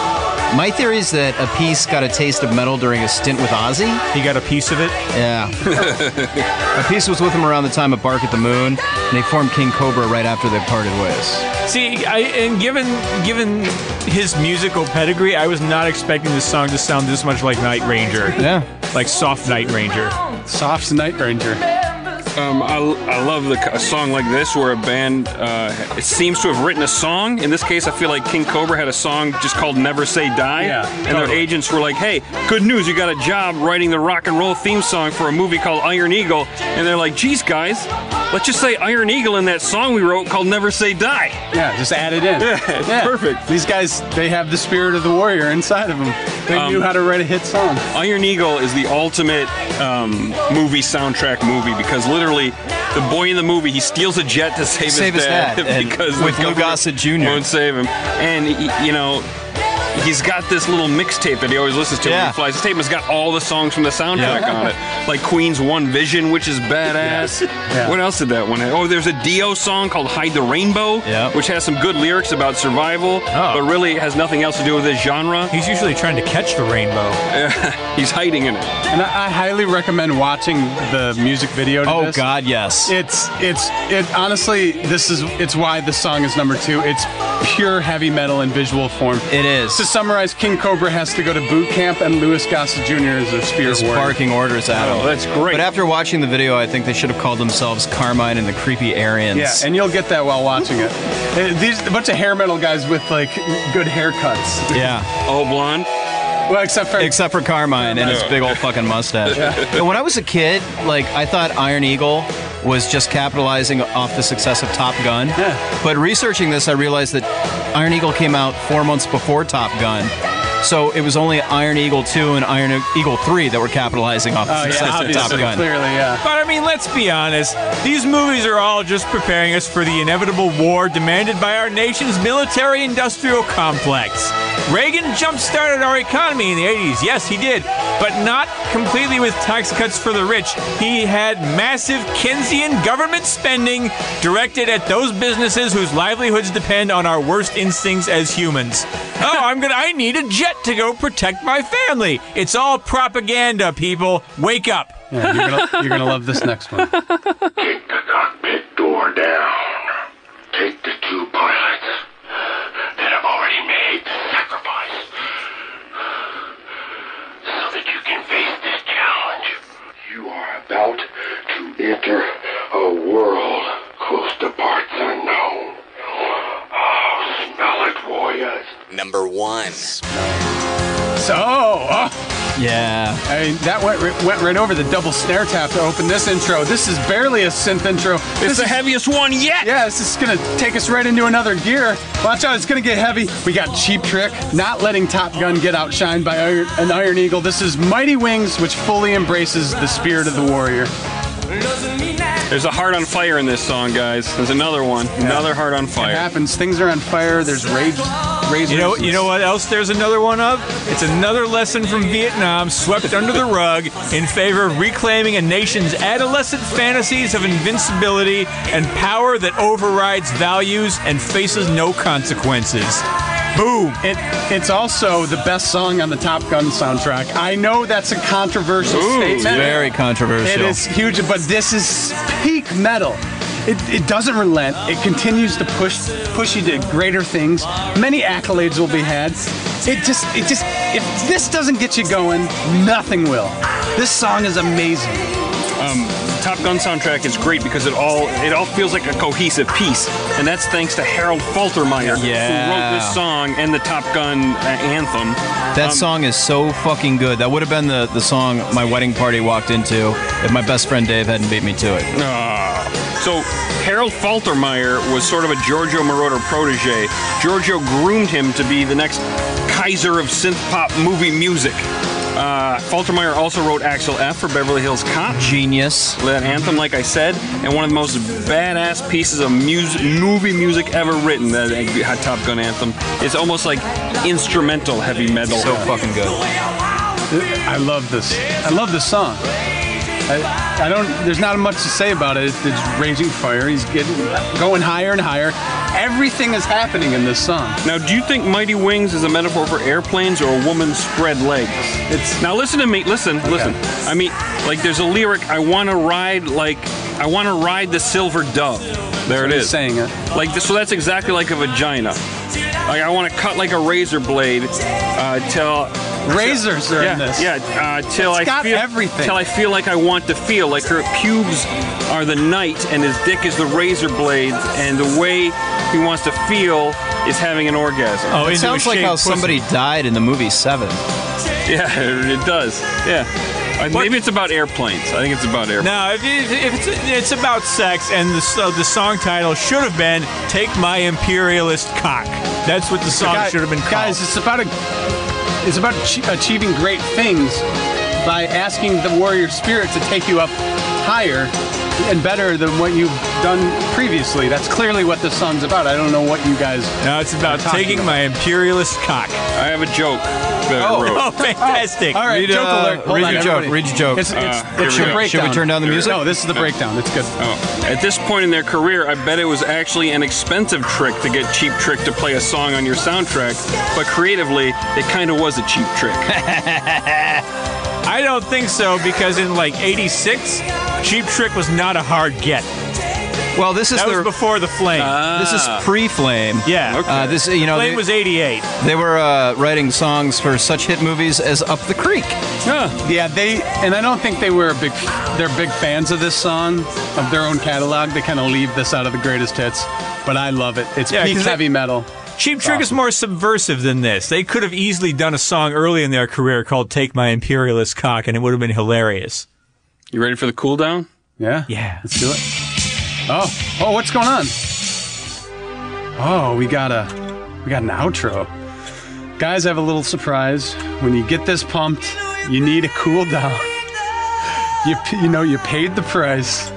Speaker 4: My theory is that Apis got a taste of metal during a stint with Ozzy.
Speaker 3: he got a piece of it.
Speaker 4: Yeah. Apis was with him around the time of Bark at the Moon, and they formed King Cobra right after they parted ways.
Speaker 3: See, I, and given given his musical pedigree, I was not expecting this song to sound this much like Night Ranger,
Speaker 4: Yeah.
Speaker 3: like soft Night Ranger.
Speaker 5: Soft's Night Ranger.
Speaker 2: Um, I, I love the, a song like this where a band uh, it seems to have written a song. In this case, I feel like King Cobra had a song just called "Never Say Die,"
Speaker 5: Yeah,
Speaker 2: and their agents were like, "Hey, good news! You got a job writing the rock and roll theme song for a movie called Iron Eagle." And they're like, "Geez, guys, let's just say Iron Eagle in that song we wrote called "Never Say Die."
Speaker 5: Yeah, just add it in. Yeah,
Speaker 2: it's perfect.
Speaker 5: These guys, they have the spirit of the warrior inside of them. They knew how to write a hit song.
Speaker 2: Iron Eagle is the ultimate um, movie soundtrack movie because literally, the boy in the movie he steals a jet to save,
Speaker 4: Save
Speaker 2: his
Speaker 4: his
Speaker 2: dad,
Speaker 4: dad, and
Speaker 2: because
Speaker 4: with
Speaker 2: the
Speaker 4: Lou
Speaker 2: government
Speaker 4: Gossett Jr..
Speaker 2: won't save him, and y- you know. He's got this little mixtape that he always listens to when
Speaker 4: Yeah.
Speaker 2: he flies. His tape has got all the songs from the soundtrack on it, like Queen's One Vision, which is badass. What else did that one have? Oh, there's a Dio song called Hide the Rainbow,
Speaker 4: Yeah. Oh.
Speaker 2: which has some good lyrics about survival, but really has nothing else to do with this genre.
Speaker 3: He's usually trying to catch the rainbow.
Speaker 2: He's hiding in it.
Speaker 5: And I, I highly recommend watching the music video to
Speaker 4: Oh,
Speaker 5: this.
Speaker 4: God, yes.
Speaker 5: It's it's it honestly this is it's why this song is number 2. It's pure heavy metal in visual form.
Speaker 4: It is.
Speaker 5: To summarize, King Cobra has to go to boot camp and Louis Gossett Jr. is their spirit
Speaker 4: Just
Speaker 5: warrior.
Speaker 4: barking orders at him.
Speaker 2: Oh, that's great.
Speaker 4: But after watching the video, I think they should have called themselves Carmine and the Creepy Aryans.
Speaker 5: Yeah, and you'll get that while watching it. Uh, These a bunch of hair metal guys with like good haircuts.
Speaker 4: yeah,
Speaker 2: All blonde.
Speaker 5: Well, except for
Speaker 4: except for Carmine and his big old fucking mustache. And when I was a kid, like I thought Iron Eagle was just capitalizing off the success of Top Gun.
Speaker 5: Yeah.
Speaker 4: But researching this, I realized that Iron Eagle came out four months before Top Gun. So it was only Iron Eagle 2 and Iron Eagle 3 that were capitalizing off the
Speaker 5: oh,
Speaker 4: success
Speaker 5: yeah,
Speaker 4: of Top
Speaker 5: obviously,
Speaker 4: Gun.
Speaker 5: clearly, yeah.
Speaker 3: But I mean, let's be honest. These movies are all just preparing us for the inevitable war demanded by our nation's military industrial complex. Reagan jump started our economy in the 80s. Yes, he did. But not completely with tax cuts for the rich. He had massive Keynesian government spending directed at those businesses whose livelihoods depend on our worst instincts as humans. Oh, I'm gonna I need a jet to go protect my family. It's all propaganda, people. Wake up.
Speaker 5: Yeah, you're gonna you're gonna love this next one.
Speaker 9: Kick the cockpit door down. Take the two pilots that have already made the sacrifice so that you can face this challenge. You are about to enter a world close to parts unknown. Oh, smell it, warriors.
Speaker 8: Number one.
Speaker 5: So, oh,
Speaker 4: Yeah.
Speaker 5: I mean, that went ri- went right over the double snare tap to open this intro. This is barely a synth intro.
Speaker 2: It's
Speaker 5: This
Speaker 2: the
Speaker 5: is-
Speaker 2: heaviest one yet.
Speaker 5: Yeah, this is gonna take us right into another gear. Watch out, it's gonna get heavy. We got Cheap Trick, not letting Top Gun get outshined by Iron, an Iron Eagle. This is Mighty Wings, which fully embraces the spirit of the warrior.
Speaker 2: There's a heart on fire in this song, guys. There's another one. Another heart on
Speaker 5: It
Speaker 2: fire.
Speaker 5: happens. Things are on fire. There's rage. rage
Speaker 3: You know, you know what else there's another one of? It's another lesson from Vietnam swept under the rug in favor of reclaiming a nation's adolescent fantasies of invincibility and power that overrides values and faces no consequences. Boom.
Speaker 5: It, it's also the best song on the Top Gun soundtrack. I know that's a controversial
Speaker 4: It's
Speaker 5: statement.
Speaker 4: very controversial.
Speaker 5: It is huge, but this is peak metal. It, it doesn't relent. It continues to push push you to greater things. Many accolades will be had. It just it just if this doesn't get you going, nothing will. This song is amazing.
Speaker 2: Top Gun soundtrack is great because it all it all feels like a cohesive piece, and that's thanks to Harold Faltermeyer, who wrote
Speaker 4: Yeah.
Speaker 2: this song and the Top Gun uh, anthem.
Speaker 4: That song is so fucking good. That would have been the, the song my wedding party walked into if my best friend Dave hadn't beat me to it.
Speaker 2: So Harold Faltermeyer was sort of a Giorgio Moroder protege. Giorgio groomed him to be the next Kaiser of synth pop movie music. Uh, Faltermeyer also wrote Axel F for Beverly Hills Cop.
Speaker 4: Genius.
Speaker 2: That anthem, like I said, and one of the most badass pieces of music, movie music ever written. That that Top Gun anthem. It's almost like instrumental heavy metal.
Speaker 4: So fucking good.
Speaker 5: I love this. I love this song. I, I don't. There's not much to say about it. It's, it's raging fire. He's getting going higher and higher. Everything is happening in this song.
Speaker 2: Now, do you think mighty wings is a metaphor for airplanes or a woman's spread legs? It's now listen to me. Listen, listen. I mean, like there's a lyric. I want to ride like I want to ride the silver dove. There it
Speaker 5: He's
Speaker 2: is.
Speaker 5: saying it.
Speaker 2: Like so, that's exactly like a vagina. Like I want to cut like a razor blade uh, till
Speaker 5: Razors are
Speaker 2: yeah,
Speaker 5: in this.
Speaker 2: yeah. Uh, till
Speaker 5: It's
Speaker 2: I
Speaker 5: got
Speaker 2: feel
Speaker 5: everything.
Speaker 2: Till I feel like I want to feel like her pubes are the knight and his dick is the razor blades and the way he wants to feel is having an orgasm.
Speaker 3: Oh,
Speaker 4: It
Speaker 3: into a
Speaker 4: sounds like
Speaker 3: shaved
Speaker 4: how
Speaker 3: pussy.
Speaker 4: somebody died in the movie Seven.
Speaker 2: Yeah, it does. Yeah. Uh, Maybe it's about airplanes. I think it's about airplanes.
Speaker 3: No, if, if if it's, it's about sex, and the, so the song title should have been "Take My Imperialist Cock." That's what the song
Speaker 5: Guy-
Speaker 3: should have been called.
Speaker 5: Guys, it's about a, it's about achie- achieving great things by asking the warrior spirit to take you up higher and better than what you've done previously. That's clearly what this song's about. I don't know what you guys.
Speaker 3: no, it's about
Speaker 5: We're talking
Speaker 3: taking
Speaker 5: about-
Speaker 3: my imperialist cock.
Speaker 2: I have a joke that I wrote.
Speaker 3: Oh, fantastic!
Speaker 5: All right,
Speaker 4: Read,
Speaker 5: joke
Speaker 4: uh,
Speaker 5: alert. Hold
Speaker 4: read
Speaker 5: on,
Speaker 4: your joke,
Speaker 5: everybody.
Speaker 4: read your joke.
Speaker 5: It's, it's,
Speaker 2: Uh,
Speaker 5: it's
Speaker 2: here
Speaker 5: your
Speaker 2: we go.
Speaker 5: breakdown.
Speaker 4: Should we turn down the music?
Speaker 5: No, this is the breakdown. It's good.
Speaker 2: Oh. At this point in their career, I bet it was actually an expensive trick to get Cheap Trick to play a song on your soundtrack, but creatively, it kind of was a cheap trick.
Speaker 3: I don't think so because in like '86, Cheap Trick was not a hard get.
Speaker 4: Well, this is
Speaker 3: That was
Speaker 4: their,
Speaker 3: before the Flame.
Speaker 4: this is pre-Flame.
Speaker 3: yeah,
Speaker 2: okay.
Speaker 4: Uh, this you know
Speaker 3: Flame
Speaker 4: they,
Speaker 3: was '88.
Speaker 4: they were uh, writing songs for such hit movies as Up the Creek.
Speaker 2: Huh.
Speaker 5: Yeah, they and I don't think they were a big. They're big fans of this song, of their own catalog. They kind of leave this out of the greatest hits, but I love it. It's
Speaker 3: Yeah,
Speaker 5: peak
Speaker 3: 'cause they-
Speaker 5: heavy metal.
Speaker 3: Cheap Trick is more subversive than this. They could have easily done a song early in their career called "Take My Imperialist Cock," and it would have been hilarious.
Speaker 2: You ready for the cool down?
Speaker 5: Yeah.
Speaker 3: Yeah.
Speaker 5: Let's do it. Oh, oh, what's going on? Oh, we got a, we got an outro. Guys, I have a little surprise. When you get this pumped, you need a cool down. You, p- you know, you paid the price.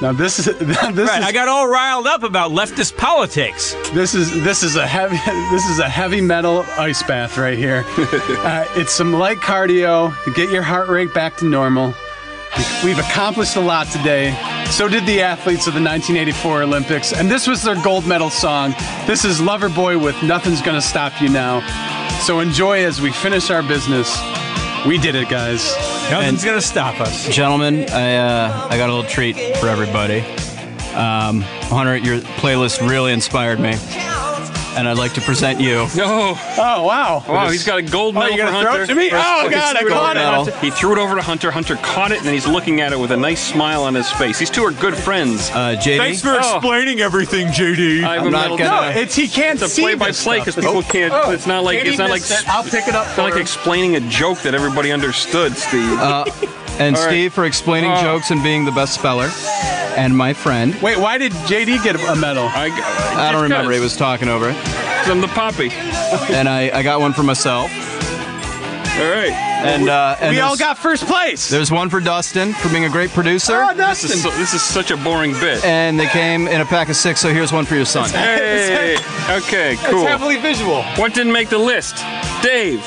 Speaker 5: Now this is this
Speaker 3: Right,
Speaker 5: is
Speaker 3: I got all riled up about leftist politics.
Speaker 5: this is this is a heavy this is a heavy metal ice bath right here. uh, it's some light cardio to get your heart rate back to normal. We've accomplished a lot today. So did the athletes of the 1984 Olympics, and this was their gold medal song. This is Loverboy with "Nothing's Gonna Stop You Now." So enjoy as we finish our business. We did it, guys.
Speaker 3: Nothing's gonna stop us.
Speaker 4: Gentlemen, I uh, I got a little treat for everybody. Um, Hunter, your playlist really inspired me, and I'd like to present you.
Speaker 2: No.
Speaker 5: Oh wow!
Speaker 2: Wow, he's got a gold medal
Speaker 5: you're
Speaker 2: for
Speaker 5: gonna throw it
Speaker 2: Hunter.
Speaker 5: to me? Oh, God, I
Speaker 2: threw it
Speaker 5: caught
Speaker 4: it.
Speaker 2: over to- He threw it over to Hunter. Hunter caught it, and he's looking at it with a nice smile on his face. These two are good friends.
Speaker 4: Uh, JD.
Speaker 3: Thanks for explaining everything, JD.
Speaker 2: I have
Speaker 4: I'm
Speaker 2: a
Speaker 4: not
Speaker 2: medal-
Speaker 4: gonna-
Speaker 5: No, it's he can't
Speaker 2: It's a
Speaker 5: see
Speaker 2: play by
Speaker 5: this
Speaker 2: play
Speaker 5: stuff.
Speaker 2: because people can't.
Speaker 5: Oh,
Speaker 2: it's not like
Speaker 5: Katie
Speaker 2: it's not like
Speaker 5: missed it. I'll pick it up
Speaker 2: It's not
Speaker 5: for
Speaker 2: like
Speaker 5: her.
Speaker 2: explaining a joke that everybody understood, Steve.
Speaker 5: Uh,
Speaker 4: and
Speaker 2: All right.
Speaker 4: Steve for explaining
Speaker 2: Oh.
Speaker 4: jokes and being the best speller, and my friend.
Speaker 5: Wait, why did JD get a medal?
Speaker 2: I,
Speaker 4: I don't remember. He was talking over it,
Speaker 2: I'm the poppy.
Speaker 4: and I, I got one for myself,
Speaker 2: All right.
Speaker 4: and uh, and
Speaker 5: We all
Speaker 4: there's-
Speaker 5: got first place.
Speaker 4: There's one for Dustin for being a great producer,
Speaker 5: oh,
Speaker 2: This is,
Speaker 5: Dustin.
Speaker 2: so, this is such a boring bit.
Speaker 4: and they came in a pack of six. So here's one for your son.
Speaker 2: Hey. Okay. Cool.
Speaker 5: It's heavily visual.
Speaker 2: What didn't make the list? Dave.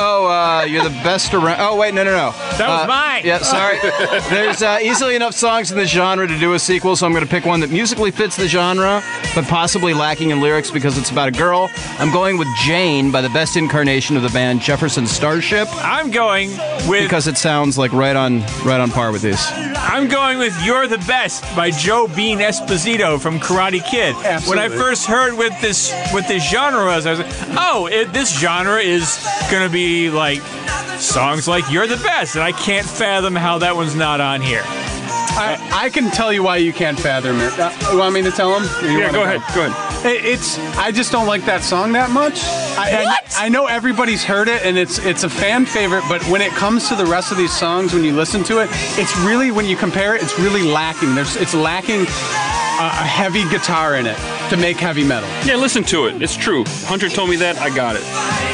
Speaker 4: Oh, uh, you're the best around. Oh, wait, no, no, no. That
Speaker 3: was mine.
Speaker 4: Yeah, sorry. There's uh, easily enough songs in the genre to do a sequel, so I'm going to pick one that musically fits the genre, but possibly lacking in lyrics because it's about a girl. I'm going with Jane by the best incarnation of the band Jefferson Starship
Speaker 3: I'm going with
Speaker 4: because it sounds like right on right on par with these.
Speaker 3: I'm going with "You're the Best" by Joe Bean Esposito from Karate Kid. When I
Speaker 5: Absolutely.
Speaker 3: first heard what this what this genre was, I was like, "Oh, it, this genre is gonna be like songs like "You're the Best," and I can't fathom how that one's not on here.
Speaker 5: I, I can tell you why you can't fathom it. Uh, you want me to tell him?
Speaker 2: Yeah. Go ahead. Go ahead.
Speaker 5: It, it's I just don't like that song that much. I, what? I, know everybody's heard it and it's it's a fan favorite, but when it comes to the rest of these songs, when you listen to it, it's really when you compare it, it's really lacking. There's it's lacking uh, a heavy guitar in it to make heavy metal.
Speaker 2: Yeah. Listen to it. It's true. Hunter told me that. I got it.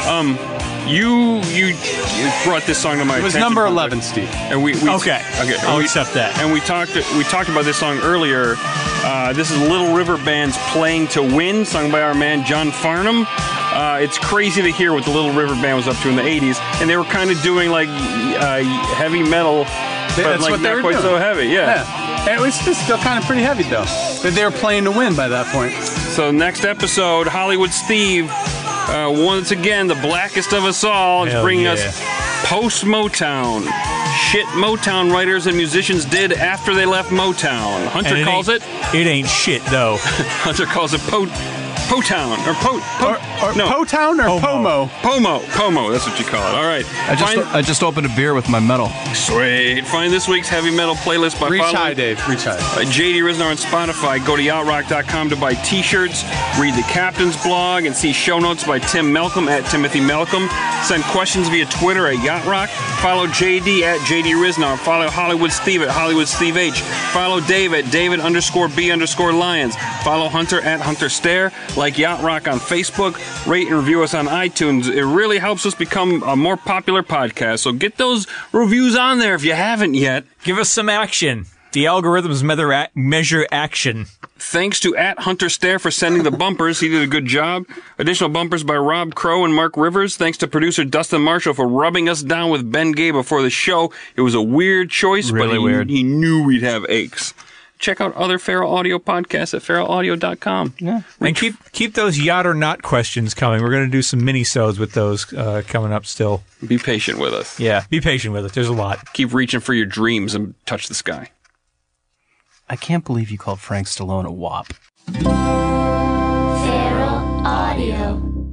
Speaker 2: Um. You you you brought this song to my
Speaker 5: It was
Speaker 2: attention,
Speaker 5: number
Speaker 2: Hunter,
Speaker 5: eleven, Steve.
Speaker 2: and we, we
Speaker 3: Okay.
Speaker 2: okay and
Speaker 3: I'll
Speaker 2: we-
Speaker 3: accept that.
Speaker 2: and we talked we talked about this song earlier. Uh, this is Little River Band's "Playing to Win," sung by our man John Farnham. Uh, it's crazy to hear what the Little River Band was up to in the '80s, and they were kind of doing like uh, heavy metal, but
Speaker 5: That's
Speaker 2: like
Speaker 5: what they
Speaker 2: not
Speaker 5: were
Speaker 2: quite
Speaker 5: doing.
Speaker 2: so heavy. Yeah.
Speaker 5: Yeah. It was just still kind of pretty heavy though. But they were playing to win by that point.
Speaker 2: So next episode, Hollywood Steve, uh, once again the blackest of us all, is
Speaker 3: Hell
Speaker 2: bringing
Speaker 3: yeah.
Speaker 2: us post Motown. Shit, Motown writers and musicians did after they left Motown. Hunter
Speaker 3: And
Speaker 2: calls
Speaker 3: ain't-
Speaker 2: it
Speaker 3: It ain't shit though.
Speaker 2: Hunter calls it po- Potown or po- po-
Speaker 5: Or
Speaker 2: no
Speaker 5: Potown or Pomo.
Speaker 2: Pomo Pomo. That's what you call it. All right.
Speaker 4: I just,
Speaker 2: find,
Speaker 4: I just opened a beer with my metal.
Speaker 2: sweet. Find this week's heavy metal playlist by
Speaker 5: Reach
Speaker 2: following
Speaker 5: high, Dave. Reach high.
Speaker 2: by JD Riznar on Spotify. Go to yacht.rock.com to buy T-shirts, read the captain's blog, and see show notes by Tim Malcolm at Timothy Malcolm. Send questions via Twitter at yachtrock. Follow JD at JD Riznar. Follow Hollywood Steve at Hollywood Steve H. Follow Dave at David underscore B underscore Lions. Follow Hunter at Hunter Stare. Like Yacht Rock on Facebook. Rate and review us on iTunes. It really helps us become a more popular podcast. So get those reviews on there if you haven't yet.
Speaker 3: Give us some action. The algorithms measure, ac- measure action.
Speaker 2: Thanks to at Hunter Stare for sending the bumpers. He did a good job. Additional bumpers by Rob Crow and Mark Rivers. Thanks to producer Dustin Marshall for rubbing us down with Ben Gay before the show. It was a weird choice, but
Speaker 3: Really
Speaker 2: he,
Speaker 3: weird.
Speaker 2: he knew we'd have aches. Check out other Feral Audio podcasts at feralaudio.com. Yeah.
Speaker 3: And keep keep those yacht or not questions coming. We're going to do some mini-sodes with those uh, coming up still.
Speaker 2: Be patient with us.
Speaker 3: Yeah, be patient with it. There's a lot.
Speaker 2: Keep reaching for your dreams and touch the sky.
Speaker 4: I can't believe you called Frank Stallone a wop.
Speaker 1: Feral Audio.